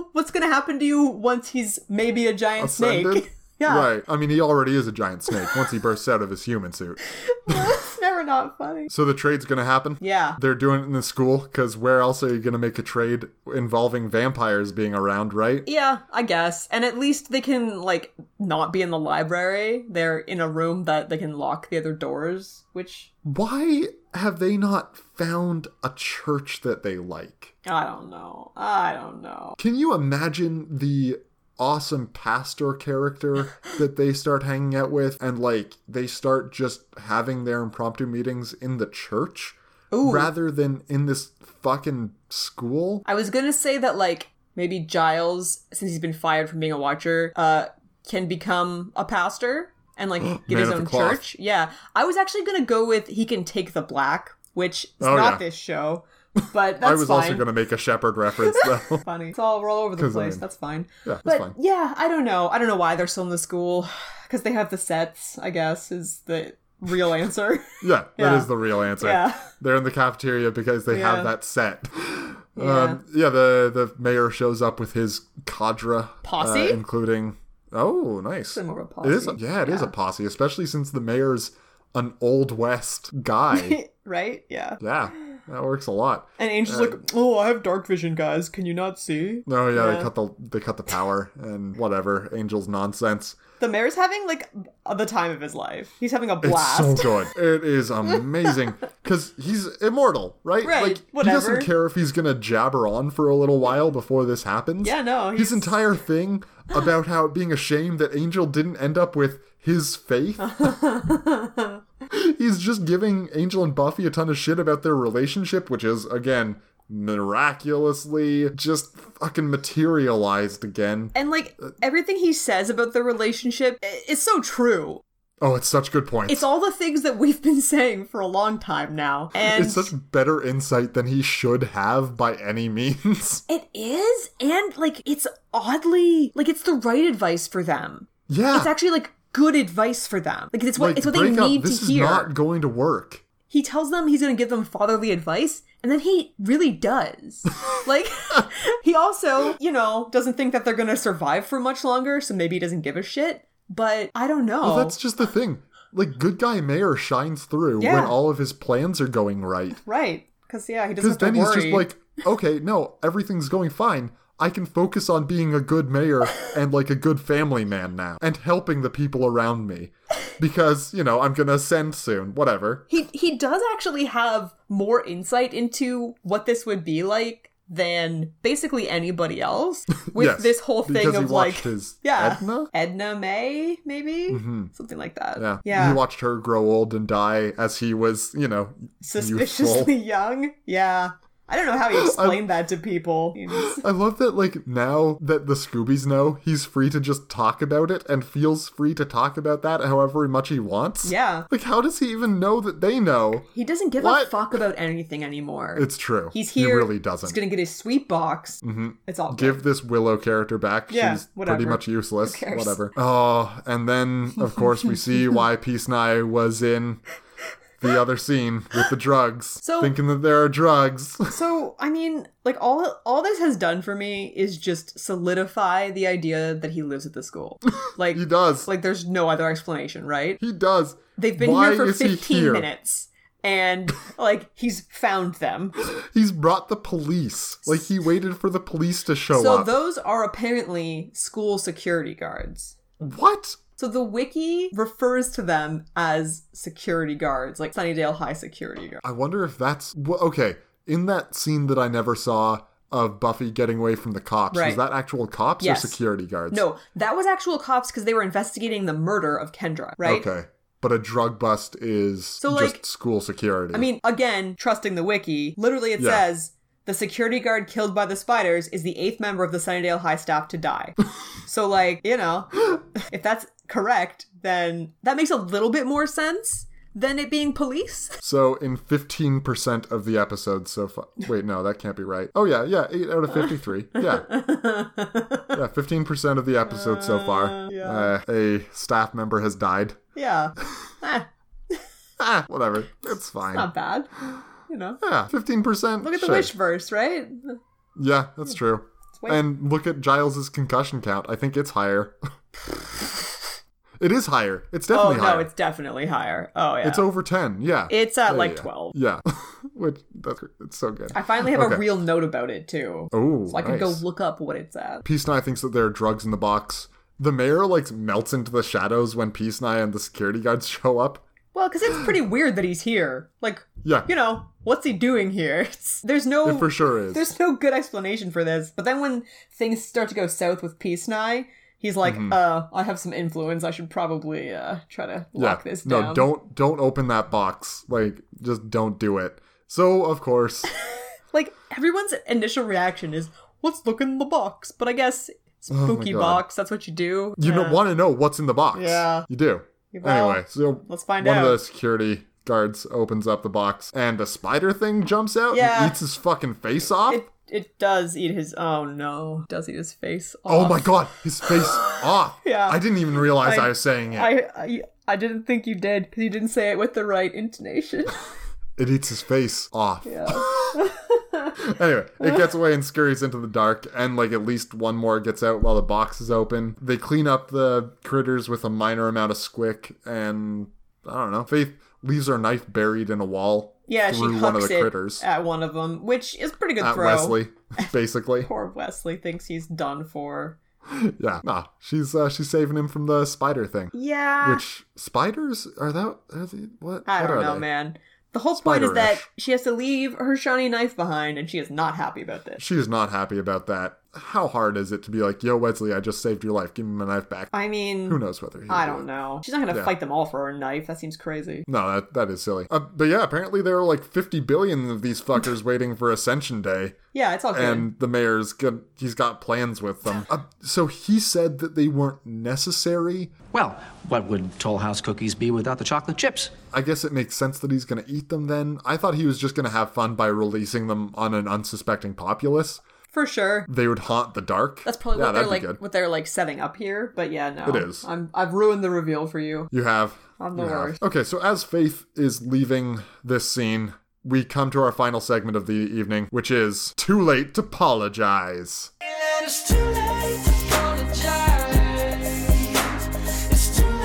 Speaker 1: What's gonna happen to you once he's maybe a giant
Speaker 2: Ascended?
Speaker 1: snake? yeah,
Speaker 2: Right. I mean, he already is a giant snake once he bursts out of his human suit.
Speaker 1: it's never not funny.
Speaker 2: So the trade's going to happen?
Speaker 1: Yeah.
Speaker 2: They're doing it in the school because where else are you going to make a trade involving vampires being around, right?
Speaker 1: Yeah, I guess. And at least they can like not be in the library. They're in a room that they can lock the other doors, which
Speaker 2: Why have they not found a church that they like?
Speaker 1: I don't know. I don't know.
Speaker 2: Can you imagine the awesome pastor character that they start hanging out with and like they start just having their impromptu meetings in the church rather than in this fucking school?
Speaker 1: I was gonna say that like maybe Giles, since he's been fired from being a watcher, uh, can become a pastor and like get
Speaker 2: Man
Speaker 1: his
Speaker 2: of the
Speaker 1: own
Speaker 2: cloth.
Speaker 1: church. Yeah, I was actually gonna go with he can take the black, which is
Speaker 2: Oh,
Speaker 1: not
Speaker 2: yeah.
Speaker 1: this show, but that's
Speaker 2: I was
Speaker 1: fine.
Speaker 2: also going to make a shepherd reference though.
Speaker 1: Funny. It's all, we're all over the
Speaker 2: 'Cause, I
Speaker 1: place.
Speaker 2: mean,
Speaker 1: that's fine.
Speaker 2: yeah, that's
Speaker 1: but
Speaker 2: fine.
Speaker 1: yeah, I don't know. I don't know why they're still in the school because they have the sets. I guess is the real answer.
Speaker 2: Yeah, that
Speaker 1: Yeah.
Speaker 2: is the real answer.
Speaker 1: Yeah.
Speaker 2: They're in the cafeteria because they
Speaker 1: Yeah.
Speaker 2: have that set. Yeah.
Speaker 1: Yeah.
Speaker 2: Um, yeah, the the mayor shows up with his cadre
Speaker 1: Posse?
Speaker 2: uh, including oh, nice.
Speaker 1: More of a
Speaker 2: It is, a,
Speaker 1: posse,
Speaker 2: yeah, it is a posse, especially since the mayor's an old west guy.
Speaker 1: right? Yeah.
Speaker 2: yeah, that works a lot.
Speaker 1: And Angel's like, "Oh, I have dark vision, guys. Can you not see?"
Speaker 2: No, yeah,
Speaker 1: Yeah.
Speaker 2: they cut the they cut the power and whatever. Angel's nonsense.
Speaker 1: The mayor's having like the time of his life. He's having a
Speaker 2: It's
Speaker 1: blast.
Speaker 2: so good. It is amazing because he's immortal, right?
Speaker 1: Right,
Speaker 2: Like
Speaker 1: whatever.
Speaker 2: he doesn't care if he's gonna jabber on for a little while before this happens.
Speaker 1: Yeah, no,
Speaker 2: His
Speaker 1: he's-
Speaker 2: entire thing about how it being a shame that Angel didn't end up with his faith.
Speaker 1: Uh-huh.
Speaker 2: he's just giving Angel and Buffy a ton of shit about their relationship, which is again miraculously just fucking materialized again.
Speaker 1: and like everything he says about the relationship i- is so true.
Speaker 2: Oh, it's such good points.
Speaker 1: It's all the things that we've been saying for a long time now. And
Speaker 2: it's such better insight than he should have by any means.
Speaker 1: it is and like it's oddly like it's the right advice for them.
Speaker 2: yeah.
Speaker 1: It's actually like good advice for them. Like it's what
Speaker 2: like,
Speaker 1: it's what they
Speaker 2: break up.
Speaker 1: need
Speaker 2: This
Speaker 1: to
Speaker 2: is
Speaker 1: hear.
Speaker 2: not going to work.
Speaker 1: he tells them he's going to give them fatherly advice and then he really does like he also you know doesn't think that they're going to survive for much longer so maybe he doesn't give a shit but i don't know
Speaker 2: Well, that's just the thing. Like, good guy Mayor shines through when
Speaker 1: Yeah.
Speaker 2: all of his plans are going right.
Speaker 1: right because yeah he doesn't have
Speaker 2: Because
Speaker 1: to
Speaker 2: then he's
Speaker 1: worry.
Speaker 2: just like, okay, no, everything's going fine. I can focus on being a good mayor and like a good family man now and helping the people around me. Because, you know, I'm going to ascend soon, whatever.
Speaker 1: he he does actually have more insight into what this would be like than basically anybody else with
Speaker 2: Yes,
Speaker 1: this whole thing
Speaker 2: because he
Speaker 1: of like
Speaker 2: watched his
Speaker 1: yeah
Speaker 2: Edna? Mm-hmm.
Speaker 1: Edna May maybe something like that
Speaker 2: Yeah.
Speaker 1: yeah
Speaker 2: He watched her grow old and die as he was, you know,
Speaker 1: suspiciously young. Yeah. I don't know how he explained that to people. He just-
Speaker 2: I love that, like, now that the Scoobies know, he's free to just talk about it and feels free to talk about that however much he wants.
Speaker 1: Yeah.
Speaker 2: Like, how does he even know that they know?
Speaker 1: He doesn't give a
Speaker 2: What?
Speaker 1: fuck about anything anymore.
Speaker 2: It's true.
Speaker 1: he's here.
Speaker 2: He really doesn't.
Speaker 1: He's gonna get his sweet box. Mm-hmm. It's all good.
Speaker 2: Give this Willow character back.
Speaker 1: Yeah,
Speaker 2: She's
Speaker 1: whatever.
Speaker 2: pretty much useless.
Speaker 1: Who cares?
Speaker 2: Whatever. Oh, and then, of course, we see why Peace Nye was in the other scene with the drugs.
Speaker 1: So-
Speaker 2: thinking that there are drugs.
Speaker 1: So I mean, like all all this has done for me is just solidify the idea that he lives at the school. Like
Speaker 2: he does.
Speaker 1: Like there's no other explanation, right?
Speaker 2: he does.
Speaker 1: They've been
Speaker 2: Why
Speaker 1: here for
Speaker 2: is he
Speaker 1: 15
Speaker 2: here?
Speaker 1: minutes. and like he's found them.
Speaker 2: He's brought the police. Like he waited for the police to show
Speaker 1: So
Speaker 2: up.
Speaker 1: those are apparently school security guards.
Speaker 2: what?
Speaker 1: So the wiki refers to them as security guards, like Sunnydale High security guards.
Speaker 2: I wonder if that's wh- okay. In that scene that I never saw of Buffy getting away from the cops, was
Speaker 1: Right.
Speaker 2: that actual cops
Speaker 1: Yes.
Speaker 2: or security guards?
Speaker 1: No, that was actual cops because they were investigating the murder of Kendra, right?
Speaker 2: Okay. But a drug bust is
Speaker 1: So,
Speaker 2: just
Speaker 1: like-
Speaker 2: school security.
Speaker 1: I mean, again, trusting the wiki, literally it
Speaker 2: Yeah.
Speaker 1: says the security guard killed by the spiders is the eighth member of the Sunnydale High staff to die. so, like, you know, if that's correct, then that makes a little bit more sense than it being police.
Speaker 2: So in 15% of the episodes so far. Wait, no, that can't be right. Oh, yeah, yeah, 8 out of 53. Yeah. Yeah, 15% of the episodes so far. Uh, a staff member has died.
Speaker 1: yeah, Eh,
Speaker 2: Ah, whatever. It's fine.
Speaker 1: not bad. You know,
Speaker 2: Yeah, 15%.
Speaker 1: look at the
Speaker 2: sure.
Speaker 1: wish verse, right?
Speaker 2: Yeah, that's true.
Speaker 1: way-
Speaker 2: And look at Giles's concussion count. I think it's higher. it is higher. It's
Speaker 1: Oh
Speaker 2: definitely
Speaker 1: no,
Speaker 2: higher.
Speaker 1: it's definitely higher. Oh yeah,
Speaker 2: It's
Speaker 1: it's,
Speaker 2: over 10. Yeah.
Speaker 1: at
Speaker 2: Yeah,
Speaker 1: like
Speaker 2: yeah, yeah.
Speaker 1: twelve.
Speaker 2: Yeah. Which that's it's so good.
Speaker 1: I finally have
Speaker 2: Okay.
Speaker 1: a real note about it too.
Speaker 2: Oh,
Speaker 1: so I can go
Speaker 2: nice.
Speaker 1: look up what it's at.
Speaker 2: Peace Nye thinks that there are drugs in the box. The mayor like melts into the shadows when Peace Nye and the security guards show up.
Speaker 1: Well, because it's pretty weird that he's here. Like,
Speaker 2: Yeah.
Speaker 1: you know, what's he doing here? It's- there's no
Speaker 2: It for sure is.
Speaker 1: there's no good explanation for this. But then when things start to go south with Peace Nye, he's like,
Speaker 2: Mm-hmm.
Speaker 1: uh, I have some influence. I should probably uh try to lock this down.
Speaker 2: No, don't don't open that box. Like just don't do it. So of course,
Speaker 1: Like everyone's initial reaction is, "Let's look in the box." But I guess spooky
Speaker 2: Oh God.
Speaker 1: box. That's what you do.
Speaker 2: you
Speaker 1: Yeah.
Speaker 2: want to know what's in the box.
Speaker 1: Yeah.
Speaker 2: You do.
Speaker 1: Well,
Speaker 2: anyway, so
Speaker 1: let's find
Speaker 2: one
Speaker 1: out.
Speaker 2: of the security guards opens up the box and a spider thing jumps out
Speaker 1: Yeah.
Speaker 2: and eats his fucking face off.
Speaker 1: It it does eat his. Oh no, does eat his face?
Speaker 2: oh
Speaker 1: off.
Speaker 2: my god, his face off.
Speaker 1: Yeah.
Speaker 2: I didn't even realize I,
Speaker 1: I-
Speaker 2: was saying it.
Speaker 1: I I, I didn't think you did because you didn't say it with the right intonation.
Speaker 2: It eats his face off.
Speaker 1: Yeah.
Speaker 2: Anyway, it gets away and scurries into the dark, and like at least one more gets out while the box is open. They clean up the critters with a minor amount of squick, and I don't know. Faith leaves her knife buried in a wall
Speaker 1: yeah, she
Speaker 2: through
Speaker 1: hucks
Speaker 2: one of the
Speaker 1: it
Speaker 2: critters
Speaker 1: at one of them, which is pretty good
Speaker 2: at
Speaker 1: throw.
Speaker 2: Wesley, basically.
Speaker 1: Poor Wesley thinks he's done for.
Speaker 2: yeah, nah, she's uh, she's saving him from the spider thing.
Speaker 1: Yeah,
Speaker 2: Which spiders are that? Are they, what?
Speaker 1: I
Speaker 2: what
Speaker 1: don't
Speaker 2: are
Speaker 1: know,
Speaker 2: they?
Speaker 1: man. The whole point is
Speaker 2: Spider-ish.
Speaker 1: that she has to leave her shiny knife behind, and she is not happy about this.
Speaker 2: She is not happy about that. How hard is it to be like, "Yo, Wesley, I just saved your life. Give me my knife back."
Speaker 1: I mean,
Speaker 2: Who knows whether he?
Speaker 1: I
Speaker 2: would do
Speaker 1: don't
Speaker 2: it.
Speaker 1: know. She's not gonna
Speaker 2: Yeah.
Speaker 1: fight them all for her knife. That seems crazy.
Speaker 2: No, that that is silly. Uh, but yeah, apparently there are like 50 billion of these fuckers waiting for Ascension Day,
Speaker 1: Yeah, it's all good.
Speaker 2: and the mayor's good. He's got plans with them. Uh, so he said that they weren't necessary.
Speaker 10: Well, what would Toll House cookies be without the chocolate chips?
Speaker 2: I guess it makes sense that he's going to eat them. Then I thought he was just going to have fun by releasing them on an unsuspecting populace.
Speaker 1: for sure.
Speaker 2: They would haunt the dark.
Speaker 1: That's probably
Speaker 2: yeah,
Speaker 1: what they're
Speaker 2: that'd
Speaker 1: like
Speaker 2: be good.
Speaker 1: what they're like setting up here, but yeah, no.
Speaker 2: It is.
Speaker 1: I'm I've ruined the reveal for you.
Speaker 2: You have.
Speaker 1: I'm the
Speaker 2: You have.
Speaker 1: worst.
Speaker 2: Okay, so as Faith is leaving this scene, we come to our final segment of the evening, which is too late to apologize.
Speaker 5: It's too late to apologize. It's too late.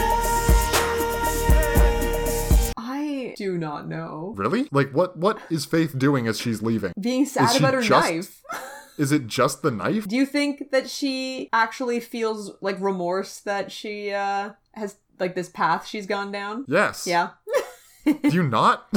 Speaker 1: I do not know.
Speaker 2: Really? Like what what is Faith doing as she's leaving?
Speaker 1: Being sad
Speaker 2: she
Speaker 1: about her
Speaker 2: just-
Speaker 1: knife.
Speaker 2: Is it just the knife?
Speaker 1: Do you think that she actually feels like remorse that she uh has like this path she's gone down?
Speaker 2: Yes.
Speaker 1: Yeah.
Speaker 2: Do you not?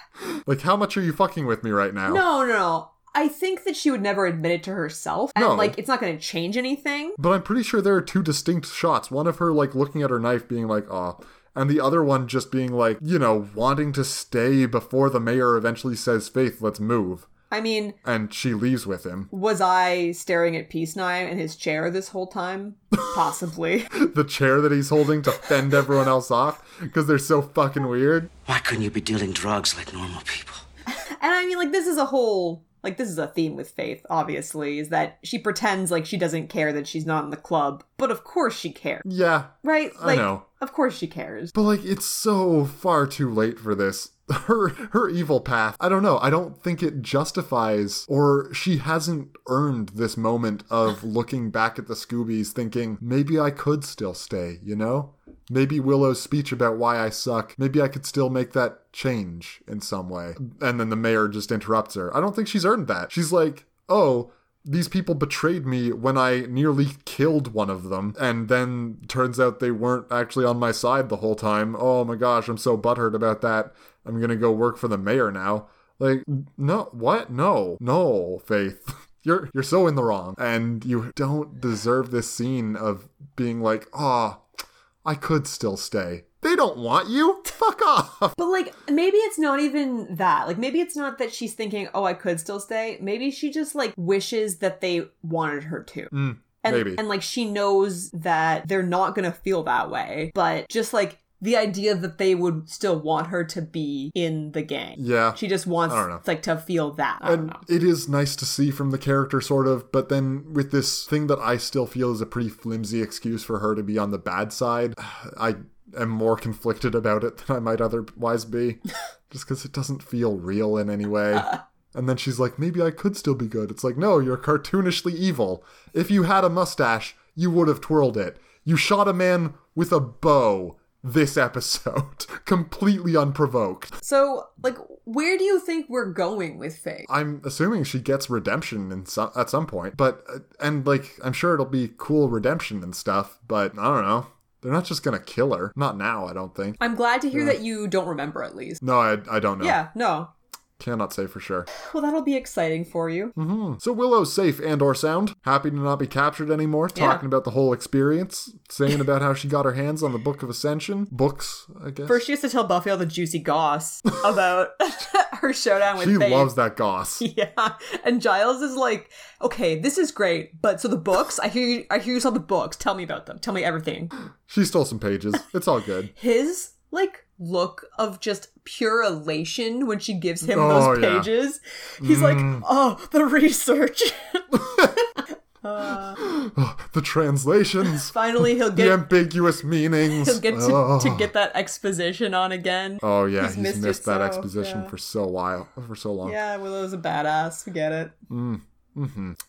Speaker 2: like how much are you fucking with me right now?
Speaker 1: No, no, no. I think that she would never admit it to herself. And
Speaker 2: No.
Speaker 1: like it's not gonna change anything.
Speaker 2: But I'm pretty sure there are two distinct shots. One of her like looking at her knife being like, "Aw." And the other one just being like, you know, wanting to stay before the mayor eventually says, "Faith, let's move."
Speaker 1: I mean,
Speaker 2: And she leaves with him.
Speaker 1: was I staring at Peace Knife in his chair this whole time? Possibly.
Speaker 2: The chair that he's holding to fend everyone else off because they're so fucking weird.
Speaker 10: Why couldn't you be dealing drugs like normal people?
Speaker 1: And I mean, like, this is a whole, like, this is a theme with Faith, obviously, is that she pretends like she doesn't care that she's not in the club, but of course she cares,
Speaker 2: Yeah.
Speaker 1: right? Like,
Speaker 2: know.
Speaker 1: of course she cares.
Speaker 2: But like it's so far too late for this. Her her evil path. I don't know. I don't think it justifies or she hasn't earned this moment of looking back at the Scoobies thinking maybe I could still stay, you know? Maybe Willow's speech about why I suck, maybe I could still make that change in some way. And then the mayor just interrupts her. I don't think she's earned that. She's like, oh, these people betrayed me when I nearly killed one of them, and then turns out they weren't actually on my side the whole time. Oh my gosh, I'm so butthurt about that. I'm gonna go work for the mayor now. Like, no, what? No, no, Faith. You're you're so in the wrong, and you don't deserve this scene of being like, ah, I could still stay. They don't want you. Fuck off.
Speaker 1: But like maybe it's not even that. Like maybe it's not that she's thinking, "Oh, I could still stay." Maybe she just like wishes that they wanted her to. and
Speaker 2: Mm, maybe.
Speaker 1: and like she knows that they're not going to feel that way, but just like the idea that they would still want her to be in the gang.
Speaker 2: Yeah.
Speaker 1: She just wants
Speaker 2: I don't know.
Speaker 1: like to feel that. I don't
Speaker 2: And
Speaker 1: know.
Speaker 2: it is nice to see from the character, sort of, but then with this thing that I still feel is a pretty flimsy excuse for her to be on the bad side, I am more conflicted about it than I might otherwise be, just because it doesn't feel real in any way. And then she's like, maybe I could still be good. It's like, no, you're cartoonishly evil. If you had a mustache, you would have twirled it. You shot a man with a bow this episode, completely unprovoked.
Speaker 1: So, like where do you think we're going with Faith?
Speaker 2: I'm assuming she gets redemption in some, at some point, but uh, and like I'm sure it'll be cool redemption and stuff, but I don't know. They're not just gonna kill her. Not now, I don't think.
Speaker 1: I'm glad to hear that you don't remember at least.
Speaker 2: No, I, I don't know.
Speaker 1: Yeah, no.
Speaker 2: Cannot say for sure. Hmm.
Speaker 1: Well, that'll be exciting for you.
Speaker 2: So Willow's safe and or sound, happy to not be captured anymore, talking about the whole experience, saying about how she got her hands on the Book of Ascension. Books, I guess.
Speaker 1: First, she has to tell Buffy all the juicy goss about her showdown with
Speaker 2: she
Speaker 1: Faith.
Speaker 2: loves that goss.
Speaker 1: Yeah, and Giles is like, "Okay, this is great, but so the books. I hear you. I hear you saw the books. Tell me about them. Tell me everything."
Speaker 2: she stole some pages. It's all good.
Speaker 1: His like look of just pure elation when she gives him
Speaker 2: Oh,
Speaker 1: those
Speaker 2: yeah. Mm.
Speaker 1: pages. He's like, "Oh, the research."
Speaker 2: The translations,
Speaker 1: Finally, he'll
Speaker 2: the
Speaker 1: get
Speaker 2: ambiguous meanings.
Speaker 1: he'll get to,
Speaker 2: Oh.
Speaker 1: to get that exposition on again.
Speaker 2: Oh yeah,
Speaker 1: He's
Speaker 2: he's,
Speaker 1: missed
Speaker 2: missed,
Speaker 1: it
Speaker 2: that
Speaker 1: so-
Speaker 2: exposition
Speaker 1: yeah.
Speaker 2: for so while for so long.
Speaker 1: Yeah, Willow's a badass. We get it.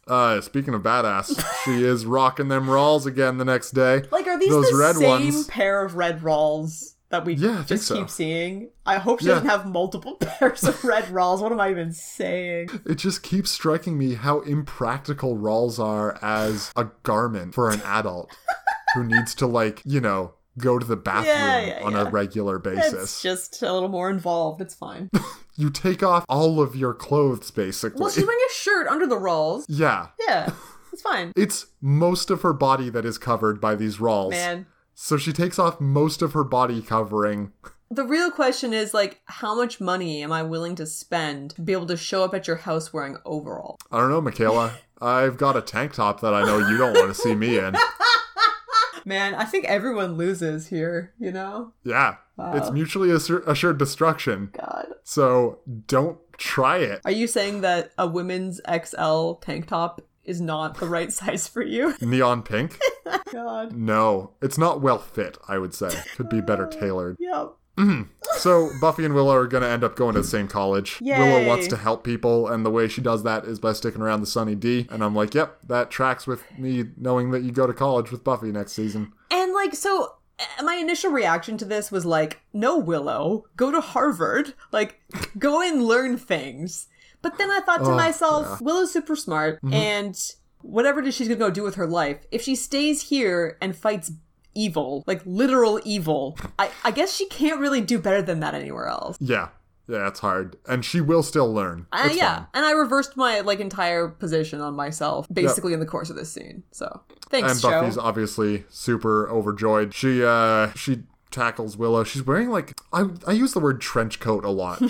Speaker 2: Uh, speaking of badass, she is rocking them rolls again the next day.
Speaker 1: Like, are these
Speaker 2: Those
Speaker 1: the
Speaker 2: red
Speaker 1: same
Speaker 2: ones.
Speaker 1: pair of red rolls that we
Speaker 2: Yeah, I think
Speaker 1: just
Speaker 2: so.
Speaker 1: keep seeing? I hope she
Speaker 2: Yeah.
Speaker 1: doesn't have multiple pairs of red rolls. What am I even saying?
Speaker 2: It just keeps striking me how impractical rolls are as a garment for an adult who needs to like you know go to the bathroom
Speaker 1: yeah,
Speaker 2: on a regular
Speaker 1: It's
Speaker 2: basis.
Speaker 1: just a little more involved. It's fine.
Speaker 2: You take off all of your clothes basically.
Speaker 1: well, she's wearing a shirt under the rolls.
Speaker 2: yeah.
Speaker 1: Yeah, it's fine.
Speaker 2: It's most of her body that is covered by these rolls.
Speaker 1: Man,
Speaker 2: So she takes off most of her body covering
Speaker 1: the real question is like, how much money am I willing to spend to be able to show up at your house wearing overall?
Speaker 2: I don't know, Michaela. I've got a tank top that I know you don't want to see me in.
Speaker 1: Man, I think everyone loses here. You know,
Speaker 2: Yeah. It's mutually assur- assured destruction.
Speaker 1: God.
Speaker 2: So don't try it.
Speaker 1: Are you saying that a women's XL tank top is not the right size for you?
Speaker 2: Neon pink?
Speaker 1: God.
Speaker 2: No. It's not well fit, I would say. Could be better tailored.
Speaker 1: Yep.
Speaker 2: So Buffy and Willow are going to end up going to the same college.
Speaker 1: Yay.
Speaker 2: Willow wants to help people, and the way she does that is by sticking around the Sunny D. And I'm like, yep, that tracks with me knowing that you go to college with Buffy next season.
Speaker 1: And like so uh, my initial reaction to this was like, no Willow, go to Harvard. Like go and learn things. But then I thought to myself, Willow's super smart
Speaker 2: Mm-hmm.
Speaker 1: and whatever it is she's gonna go do with her life, if she stays here and fights evil, like literal evil, I, I guess she can't really do better than that anywhere else.
Speaker 2: Yeah. Yeah, it's hard. And she will still learn.
Speaker 1: Uh,
Speaker 2: It's
Speaker 1: yeah,
Speaker 2: fine.
Speaker 1: and I reversed my like entire position on myself basically in the course of this scene. So thanks,
Speaker 2: and
Speaker 1: Joe.
Speaker 2: Buffy's obviously super overjoyed. She uh she tackles Willow. She's wearing like I I use the word trench coat a lot.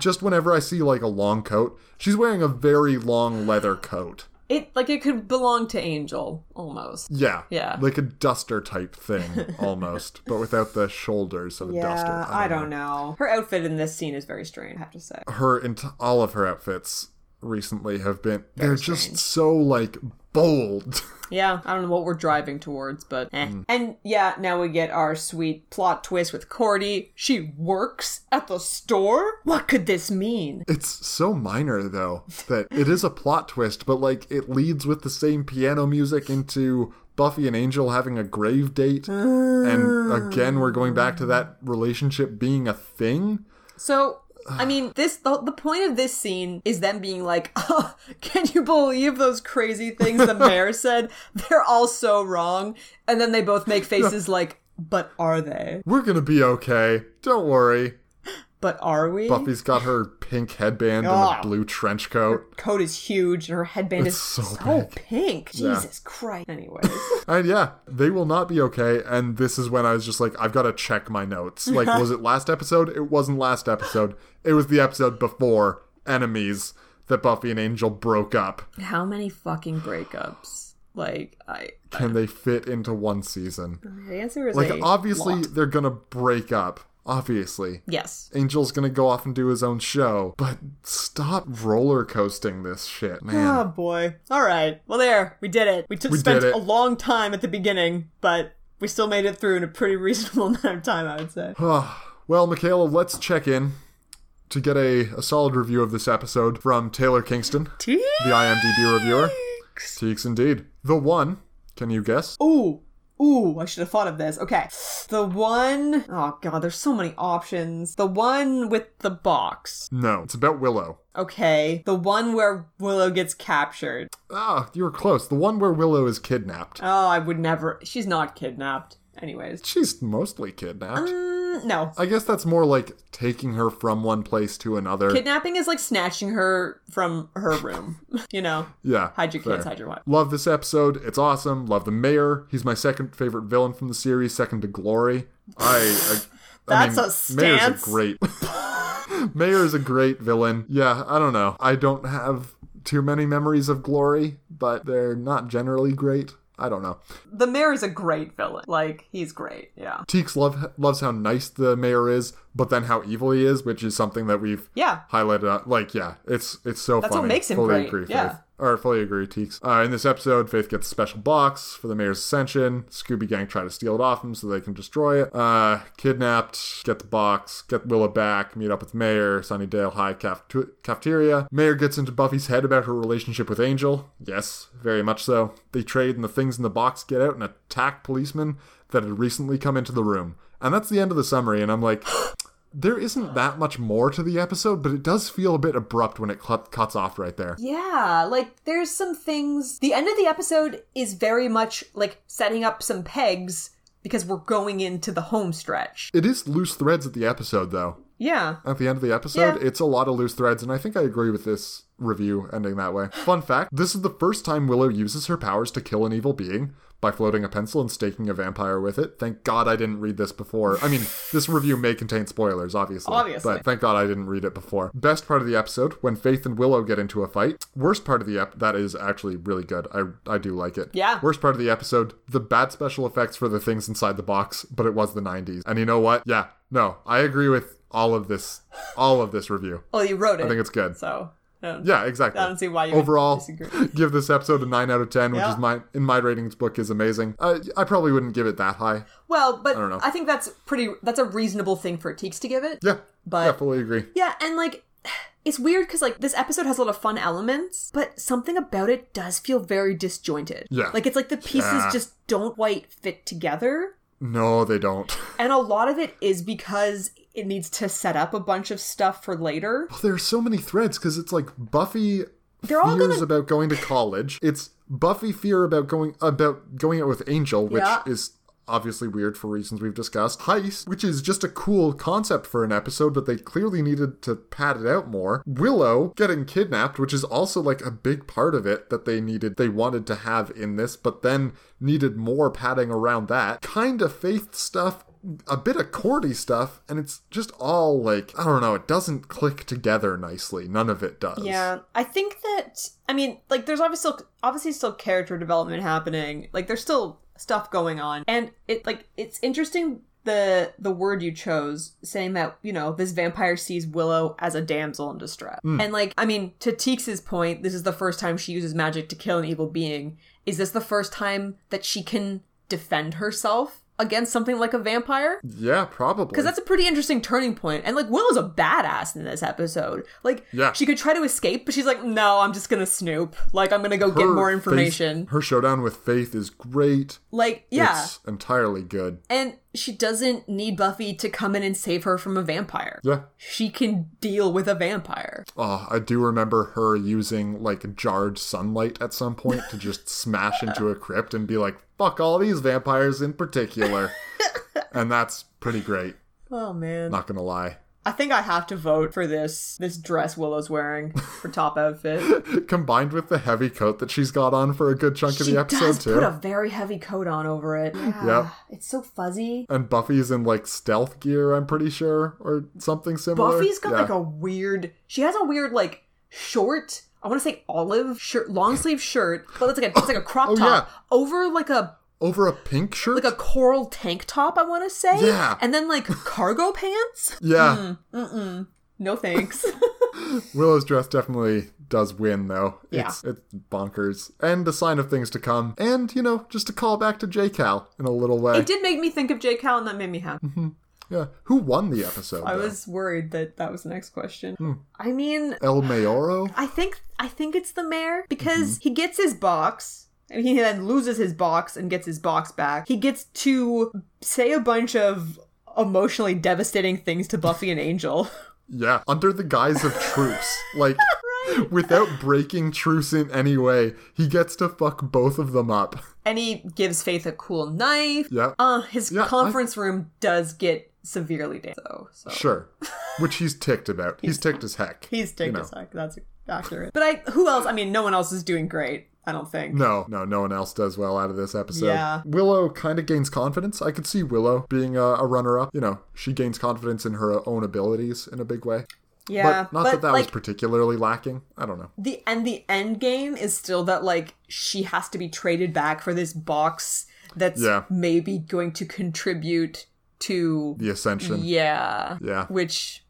Speaker 2: Just whenever I see like a long coat, she's wearing a very long leather coat.
Speaker 1: it like it could belong to Angel almost.
Speaker 2: Yeah.
Speaker 1: Yeah.
Speaker 2: Like a duster type thing almost, but without the shoulders of a duster.
Speaker 1: I don't know. Her outfit in this scene is very strange, I have to say.
Speaker 2: Her and all of her outfits recently have been they're just so like bold.
Speaker 1: Yeah, I don't know what we're driving towards, but eh. And yeah, now we get our sweet plot twist with Cordy. She works at the store? What could this mean?
Speaker 2: It's so minor though that it is a plot twist, but like it leads with the same piano music into Buffy and Angel having a grave date. and again, we're going back to that relationship being a thing.
Speaker 1: So, I mean, this the, the point of this scene is them being like, oh, "Can you believe those crazy things the mayor said? They're all so wrong." And then they both make faces like, "But are they?
Speaker 2: We're going to be okay. Don't worry.
Speaker 1: But are we?"
Speaker 2: Buffy's got her pink headband and a
Speaker 1: Ah.
Speaker 2: blue trench coat.
Speaker 1: coat is huge and her headband
Speaker 2: It's
Speaker 1: is
Speaker 2: so
Speaker 1: so,
Speaker 2: big.
Speaker 1: pink. Jesus Christ. Anyways,
Speaker 2: And yeah, they will not be okay. And this is when I was just like, I've got to check my notes. Like, was it last episode? It wasn't last episode. It was the episode before Enemies that Buffy and Angel broke up.
Speaker 1: how many fucking breakups? Like, I
Speaker 2: Can they fit into one season?
Speaker 1: the answer is
Speaker 2: Like,
Speaker 1: a
Speaker 2: obviously,
Speaker 1: lot.
Speaker 2: they're going to break up. Obviously.
Speaker 1: yes.
Speaker 2: Angel's going to go off and do his own show. But stop roller coasting this shit, man.
Speaker 1: Oh boy. All right. Well, there. We did it. We, took
Speaker 2: We
Speaker 1: spent
Speaker 2: did it.
Speaker 1: a long time at the beginning, but we still made it through in a pretty reasonable amount of time, I would say.
Speaker 2: Well, Michaela, let's check in to get a, a solid review of this episode from Taylor Kingston, the IMDb reviewer. Teeks indeed. The one, can you guess?
Speaker 1: Ooh. Ooh, I should have thought of this. Okay. The one oh god, there's so many options. The one with the box.
Speaker 2: No, it's about Willow.
Speaker 1: Okay. The one where Willow gets captured.
Speaker 2: Ah, you were close. The one where Willow is kidnapped.
Speaker 1: Oh, I would never. She's not kidnapped. Anyways.
Speaker 2: She's mostly kidnapped.
Speaker 1: Mm, no.
Speaker 2: I guess that's more like taking her from one place to another.
Speaker 1: Kidnapping is like snatching her from her room. you know?
Speaker 2: yeah.
Speaker 1: Hide your kids,
Speaker 2: fair.
Speaker 1: hide your wife.
Speaker 2: Love this episode. It's awesome. Love the mayor. He's my second favorite villain from the series, second to Glory. I. I I mean,
Speaker 1: That's a
Speaker 2: Mayor's
Speaker 1: stance.
Speaker 2: a great. mayor is a great villain. Yeah, I don't know. I don't have too many memories of Glory, but they're not generally great. I don't know.
Speaker 1: The mayor is a great villain. Like, he's great. Yeah.
Speaker 2: Teeks love, loves how nice the mayor is, but then how evil he is, which is something that we've
Speaker 1: Yeah.
Speaker 2: highlighted. uh, Like, yeah, it's it's so
Speaker 1: That's what
Speaker 2: funny.
Speaker 1: makes him
Speaker 2: fully
Speaker 1: great,
Speaker 2: Agree,
Speaker 1: yeah.
Speaker 2: Faith. Or fully agree, Teeks. Uh, in this episode, Faith gets a special box for the mayor's ascension. Scooby Gang try to steal it off him so they can destroy it. Uh, kidnapped, get the box, get Willa back, meet up with Mayor, Sunnydale High cafet- Cafeteria. Mayor gets into Buffy's head about her relationship with Angel. Yes, very much so. They trade, and the things in the box get out and attack policemen that had recently come into the room. And that's the end of the summary, and I'm like, there isn't that much more to the episode, but it does feel a bit abrupt when it cut, cuts off right there.
Speaker 1: Yeah, like there's some things. The end of the episode is very much like setting up some pegs because we're going into the home stretch.
Speaker 2: It is loose threads at the episode, though.
Speaker 1: Yeah.
Speaker 2: At the end of the episode,
Speaker 1: Yeah.
Speaker 2: it's a lot of loose threads, and I think I agree with this review ending that way. Fun fact this is the first time Willow uses her powers to kill an evil being by floating a pencil and staking a vampire with it. Thank God I didn't read this before. I mean, this review may contain spoilers, obviously.
Speaker 1: Obviously.
Speaker 2: But thank God I didn't read it before. Best part of the episode when Faith and Willow get into a fight. Worst part of the ep that is actually really good. I I do like it.
Speaker 1: Yeah.
Speaker 2: Worst part of the episode, the bad special effects for the things inside the box, but it was the 90s. And you know what? Yeah. No, I agree with all of this all of this review.
Speaker 1: Oh, you wrote it.
Speaker 2: I think it's good.
Speaker 1: so. Yeah.
Speaker 2: Yeah, exactly.
Speaker 1: I don't see why you would
Speaker 2: overall
Speaker 1: disagree.
Speaker 2: give this episode a nine out of ten, which
Speaker 1: Yeah.
Speaker 2: is my in my ratings book is amazing. I I probably wouldn't give it that high.
Speaker 1: Well, but
Speaker 2: don't know.
Speaker 1: I, think that's pretty. That's a reasonable thing for Teeks to give it.
Speaker 2: Yeah,
Speaker 1: But-
Speaker 2: yeah, fully agree.
Speaker 1: Yeah, and like it's weird because like this episode has a lot of fun elements, but something about it does feel very disjointed.
Speaker 2: Yeah.
Speaker 1: like it's like the pieces
Speaker 2: Yeah.
Speaker 1: just don't quite fit together.
Speaker 2: No, they don't.
Speaker 1: And a lot of it is because it needs to set up a bunch of stuff for later.
Speaker 2: There are so many threads because it's like Buffy
Speaker 1: They're all
Speaker 2: fears
Speaker 1: gonna-
Speaker 2: about going to college. It's Buffy fear about going about going out with Angel, which
Speaker 1: Yeah.
Speaker 2: is obviously weird for reasons we've discussed. Heist, which is just a cool concept for an episode, but they clearly needed to pad it out more. Willow getting kidnapped, which is also like a big part of it that they needed they wanted to have in this, but then needed more padding around that. Kind of faith stuff a bit of cordy stuff and it's just all like i don't know it doesn't click together nicely none of it does
Speaker 1: Yeah, I think that I mean, like, there's obviously still, obviously still character development happening. Like, there's still stuff going on, and it like it's interesting the the word you chose saying that you know this vampire sees Willow as a damsel in distress, and like I mean, to Teeks's point, this is the first time she uses magic to kill an evil being. Is this the first time that she can defend herself? against something like a vampire?
Speaker 2: Yeah, probably.
Speaker 1: Because that's a pretty interesting turning point. And like Willow's a badass in this episode. Like
Speaker 2: Yeah.
Speaker 1: she could try to escape, but she's like, no, I'm just gonna snoop. Like I'm gonna go get more
Speaker 2: Faith-
Speaker 1: information.
Speaker 2: her showdown with Faith is great.
Speaker 1: like yeah.
Speaker 2: It's entirely good.
Speaker 1: and she doesn't need Buffy to come in and save her from a vampire.
Speaker 2: Yeah.
Speaker 1: She can deal with a vampire.
Speaker 2: Oh, I do remember her using like jarred sunlight at some point to just smash into a crypt and be like, fuck all these vampires in particular. and that's pretty great.
Speaker 1: Oh man.
Speaker 2: Not gonna lie.
Speaker 1: I think I have to vote for this this dress Willow's wearing for top outfit.
Speaker 2: Combined with the heavy coat that she's got on for a good chunk of
Speaker 1: she
Speaker 2: the episode
Speaker 1: does
Speaker 2: too.
Speaker 1: put a Ah. very heavy coat on over it.
Speaker 2: Yep.
Speaker 1: It's so fuzzy.
Speaker 2: And Buffy's in like stealth gear, I'm pretty sure, or something similar.
Speaker 1: Buffy's got
Speaker 2: Yeah.
Speaker 1: like a weird. She has a weird like short. I want to say olive shirt, long sleeve shirt, but it's like a, it's like a crop
Speaker 2: Oh,
Speaker 1: top
Speaker 2: yeah.
Speaker 1: over like a
Speaker 2: over a pink shirt.
Speaker 1: like a coral tank top. I want to say,
Speaker 2: Yeah.
Speaker 1: and then like cargo pants.
Speaker 2: yeah,
Speaker 1: No thanks.
Speaker 2: Willow's dress definitely does win, though.
Speaker 1: Yeah.
Speaker 2: It's, it's bonkers. And a sign of things to come. And, you know, just a call back to J-Cal in a little way.
Speaker 1: it did make me think of J. Cal, and that made me happy.
Speaker 2: Yeah. Who won the episode?
Speaker 1: I
Speaker 2: though?
Speaker 1: was worried that that was the next question.
Speaker 2: Hmm.
Speaker 1: I mean,
Speaker 2: El Mayor.
Speaker 1: I think I think it's the mayor
Speaker 2: Mm-hmm.
Speaker 1: because he gets his box and he then loses his box and gets his box back. He gets to say a bunch of emotionally devastating things to Buffy and Angel.
Speaker 2: Yeah. Under the guise of truce. Like, without breaking truce in any way, he gets to fuck both of them up.
Speaker 1: And he gives Faith a cool knife.
Speaker 2: Yeah.
Speaker 1: Uh his
Speaker 2: Yeah, I-
Speaker 1: conference room does get severely damaged though. So
Speaker 2: Sure. Which he's ticked about. He's, ticked as heck.
Speaker 1: he's
Speaker 2: you
Speaker 1: taking
Speaker 2: know.
Speaker 1: a sec. That's accurate. But I who else? I mean, no one else is doing great, I don't think.
Speaker 2: No, no, no one else does well out of this episode.
Speaker 1: Yeah.
Speaker 2: Willow kind of gains confidence. I could see Willow being a, a runner up. You know, she gains confidence in her own abilities in a big way.
Speaker 1: yeah.
Speaker 2: but not that that was
Speaker 1: like,
Speaker 2: particularly lacking. I don't know.
Speaker 1: the and the end game is still that like she has to be traded back for this box that's
Speaker 2: Yeah.
Speaker 1: maybe going to contribute to
Speaker 2: The Ascension.
Speaker 1: yeah
Speaker 2: Yeah.
Speaker 1: which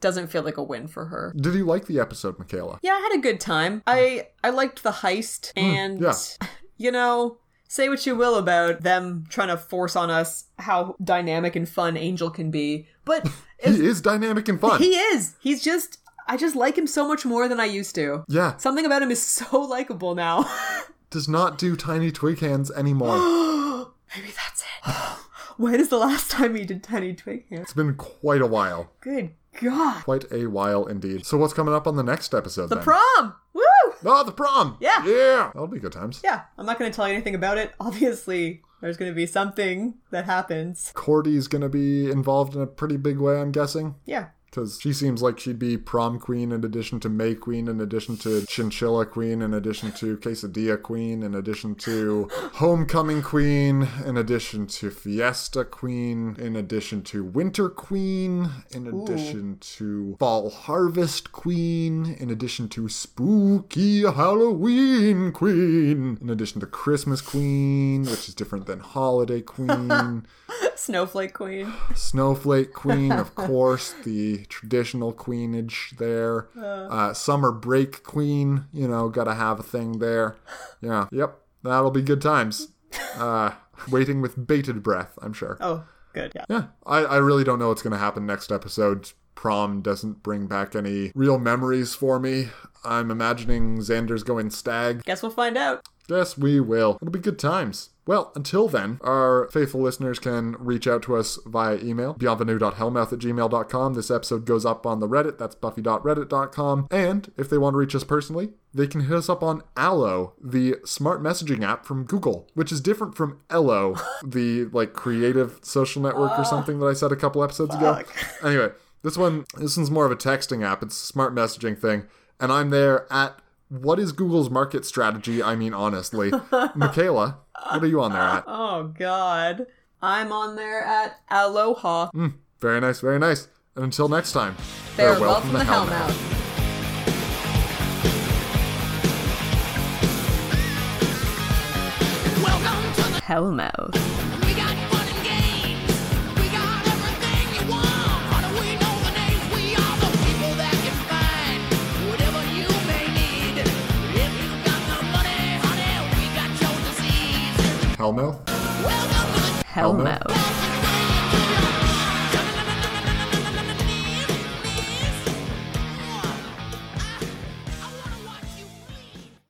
Speaker 1: doesn't feel like a win for her
Speaker 2: Did you like the episode, Michaela?
Speaker 1: yeah i had a good time i i liked the heist and
Speaker 2: Mm, yeah.
Speaker 1: you know say what you will about them trying to force on us how dynamic and fun angel can be but it's-
Speaker 2: He is dynamic and fun.
Speaker 1: he is he's just i just like him so much more than i used to
Speaker 2: yeah,
Speaker 1: something about him is so likable now
Speaker 2: does not do tiny twig hands anymore.
Speaker 1: Maybe that's it. when is the last time he did Tiny Twig Hands?
Speaker 2: it's been quite a while.
Speaker 1: Good God.
Speaker 2: Quite a while indeed. So what's coming up on the next episode
Speaker 1: The
Speaker 2: then?
Speaker 1: prom! Woo!
Speaker 2: Oh, the prom!
Speaker 1: Yeah.
Speaker 2: Yeah! That'll be good times.
Speaker 1: Yeah, I'm not going to tell you anything about it. Obviously, there's going to be something that happens.
Speaker 2: Cordy's gonna be involved in a pretty big way, I'm guessing.
Speaker 1: Yeah.
Speaker 2: Because she seems like she'd be prom queen in addition to May queen, in addition to chinchilla queen, in addition to quesadilla queen, in addition to homecoming queen, in addition to fiesta queen, in addition to winter queen, in addition to fall harvest queen, in addition to spooky Halloween queen, in addition to Christmas queen, which is different than holiday queen.
Speaker 1: Snowflake Queen.
Speaker 2: Snowflake Queen, of course, the traditional queenage there. Uh, summer Break Queen, you know, gotta have a thing there. Yeah, yep, that'll be good times. Uh, waiting with bated breath, I'm sure.
Speaker 1: Oh, good. Yeah.
Speaker 2: Yeah, I, I really don't know what's gonna happen next episode. Prom doesn't bring back any real memories for me. I'm imagining Xander's going stag.
Speaker 1: Guess we'll find out.
Speaker 2: Yes, we will. It'll be good times. Well, until then, our faithful listeners can reach out to us via email, bienvenue.hellmouth at gmail.com. This episode goes up on the Reddit, that's buffy.reddit.com. And if they want to reach us personally, they can hit us up on Allo, the smart messaging app from Google, which is different from Ello, the like creative social network or something that I said a couple episodes ago. Anyway, this one this one's more of a texting app. It's a smart messaging thing. And I'm there at what is Google's market strategy? I mean, honestly, Michaela, what are you on there at?
Speaker 1: Oh, God. I'm on there at Aloha.
Speaker 2: Very nice, very nice. And until next time,
Speaker 1: Farewell from the
Speaker 2: Hellmouth.
Speaker 1: Hellmouth.
Speaker 3: Welcome to the.
Speaker 1: Hellmouth.
Speaker 3: We got fun and games. We got everything you want. How do we know the names? We are the people that can find whatever you may need. If you got the money, honey, we got your disease.
Speaker 2: Hellmouth?
Speaker 3: Welcome to the.
Speaker 11: hell no.
Speaker 3: Bouncing away into your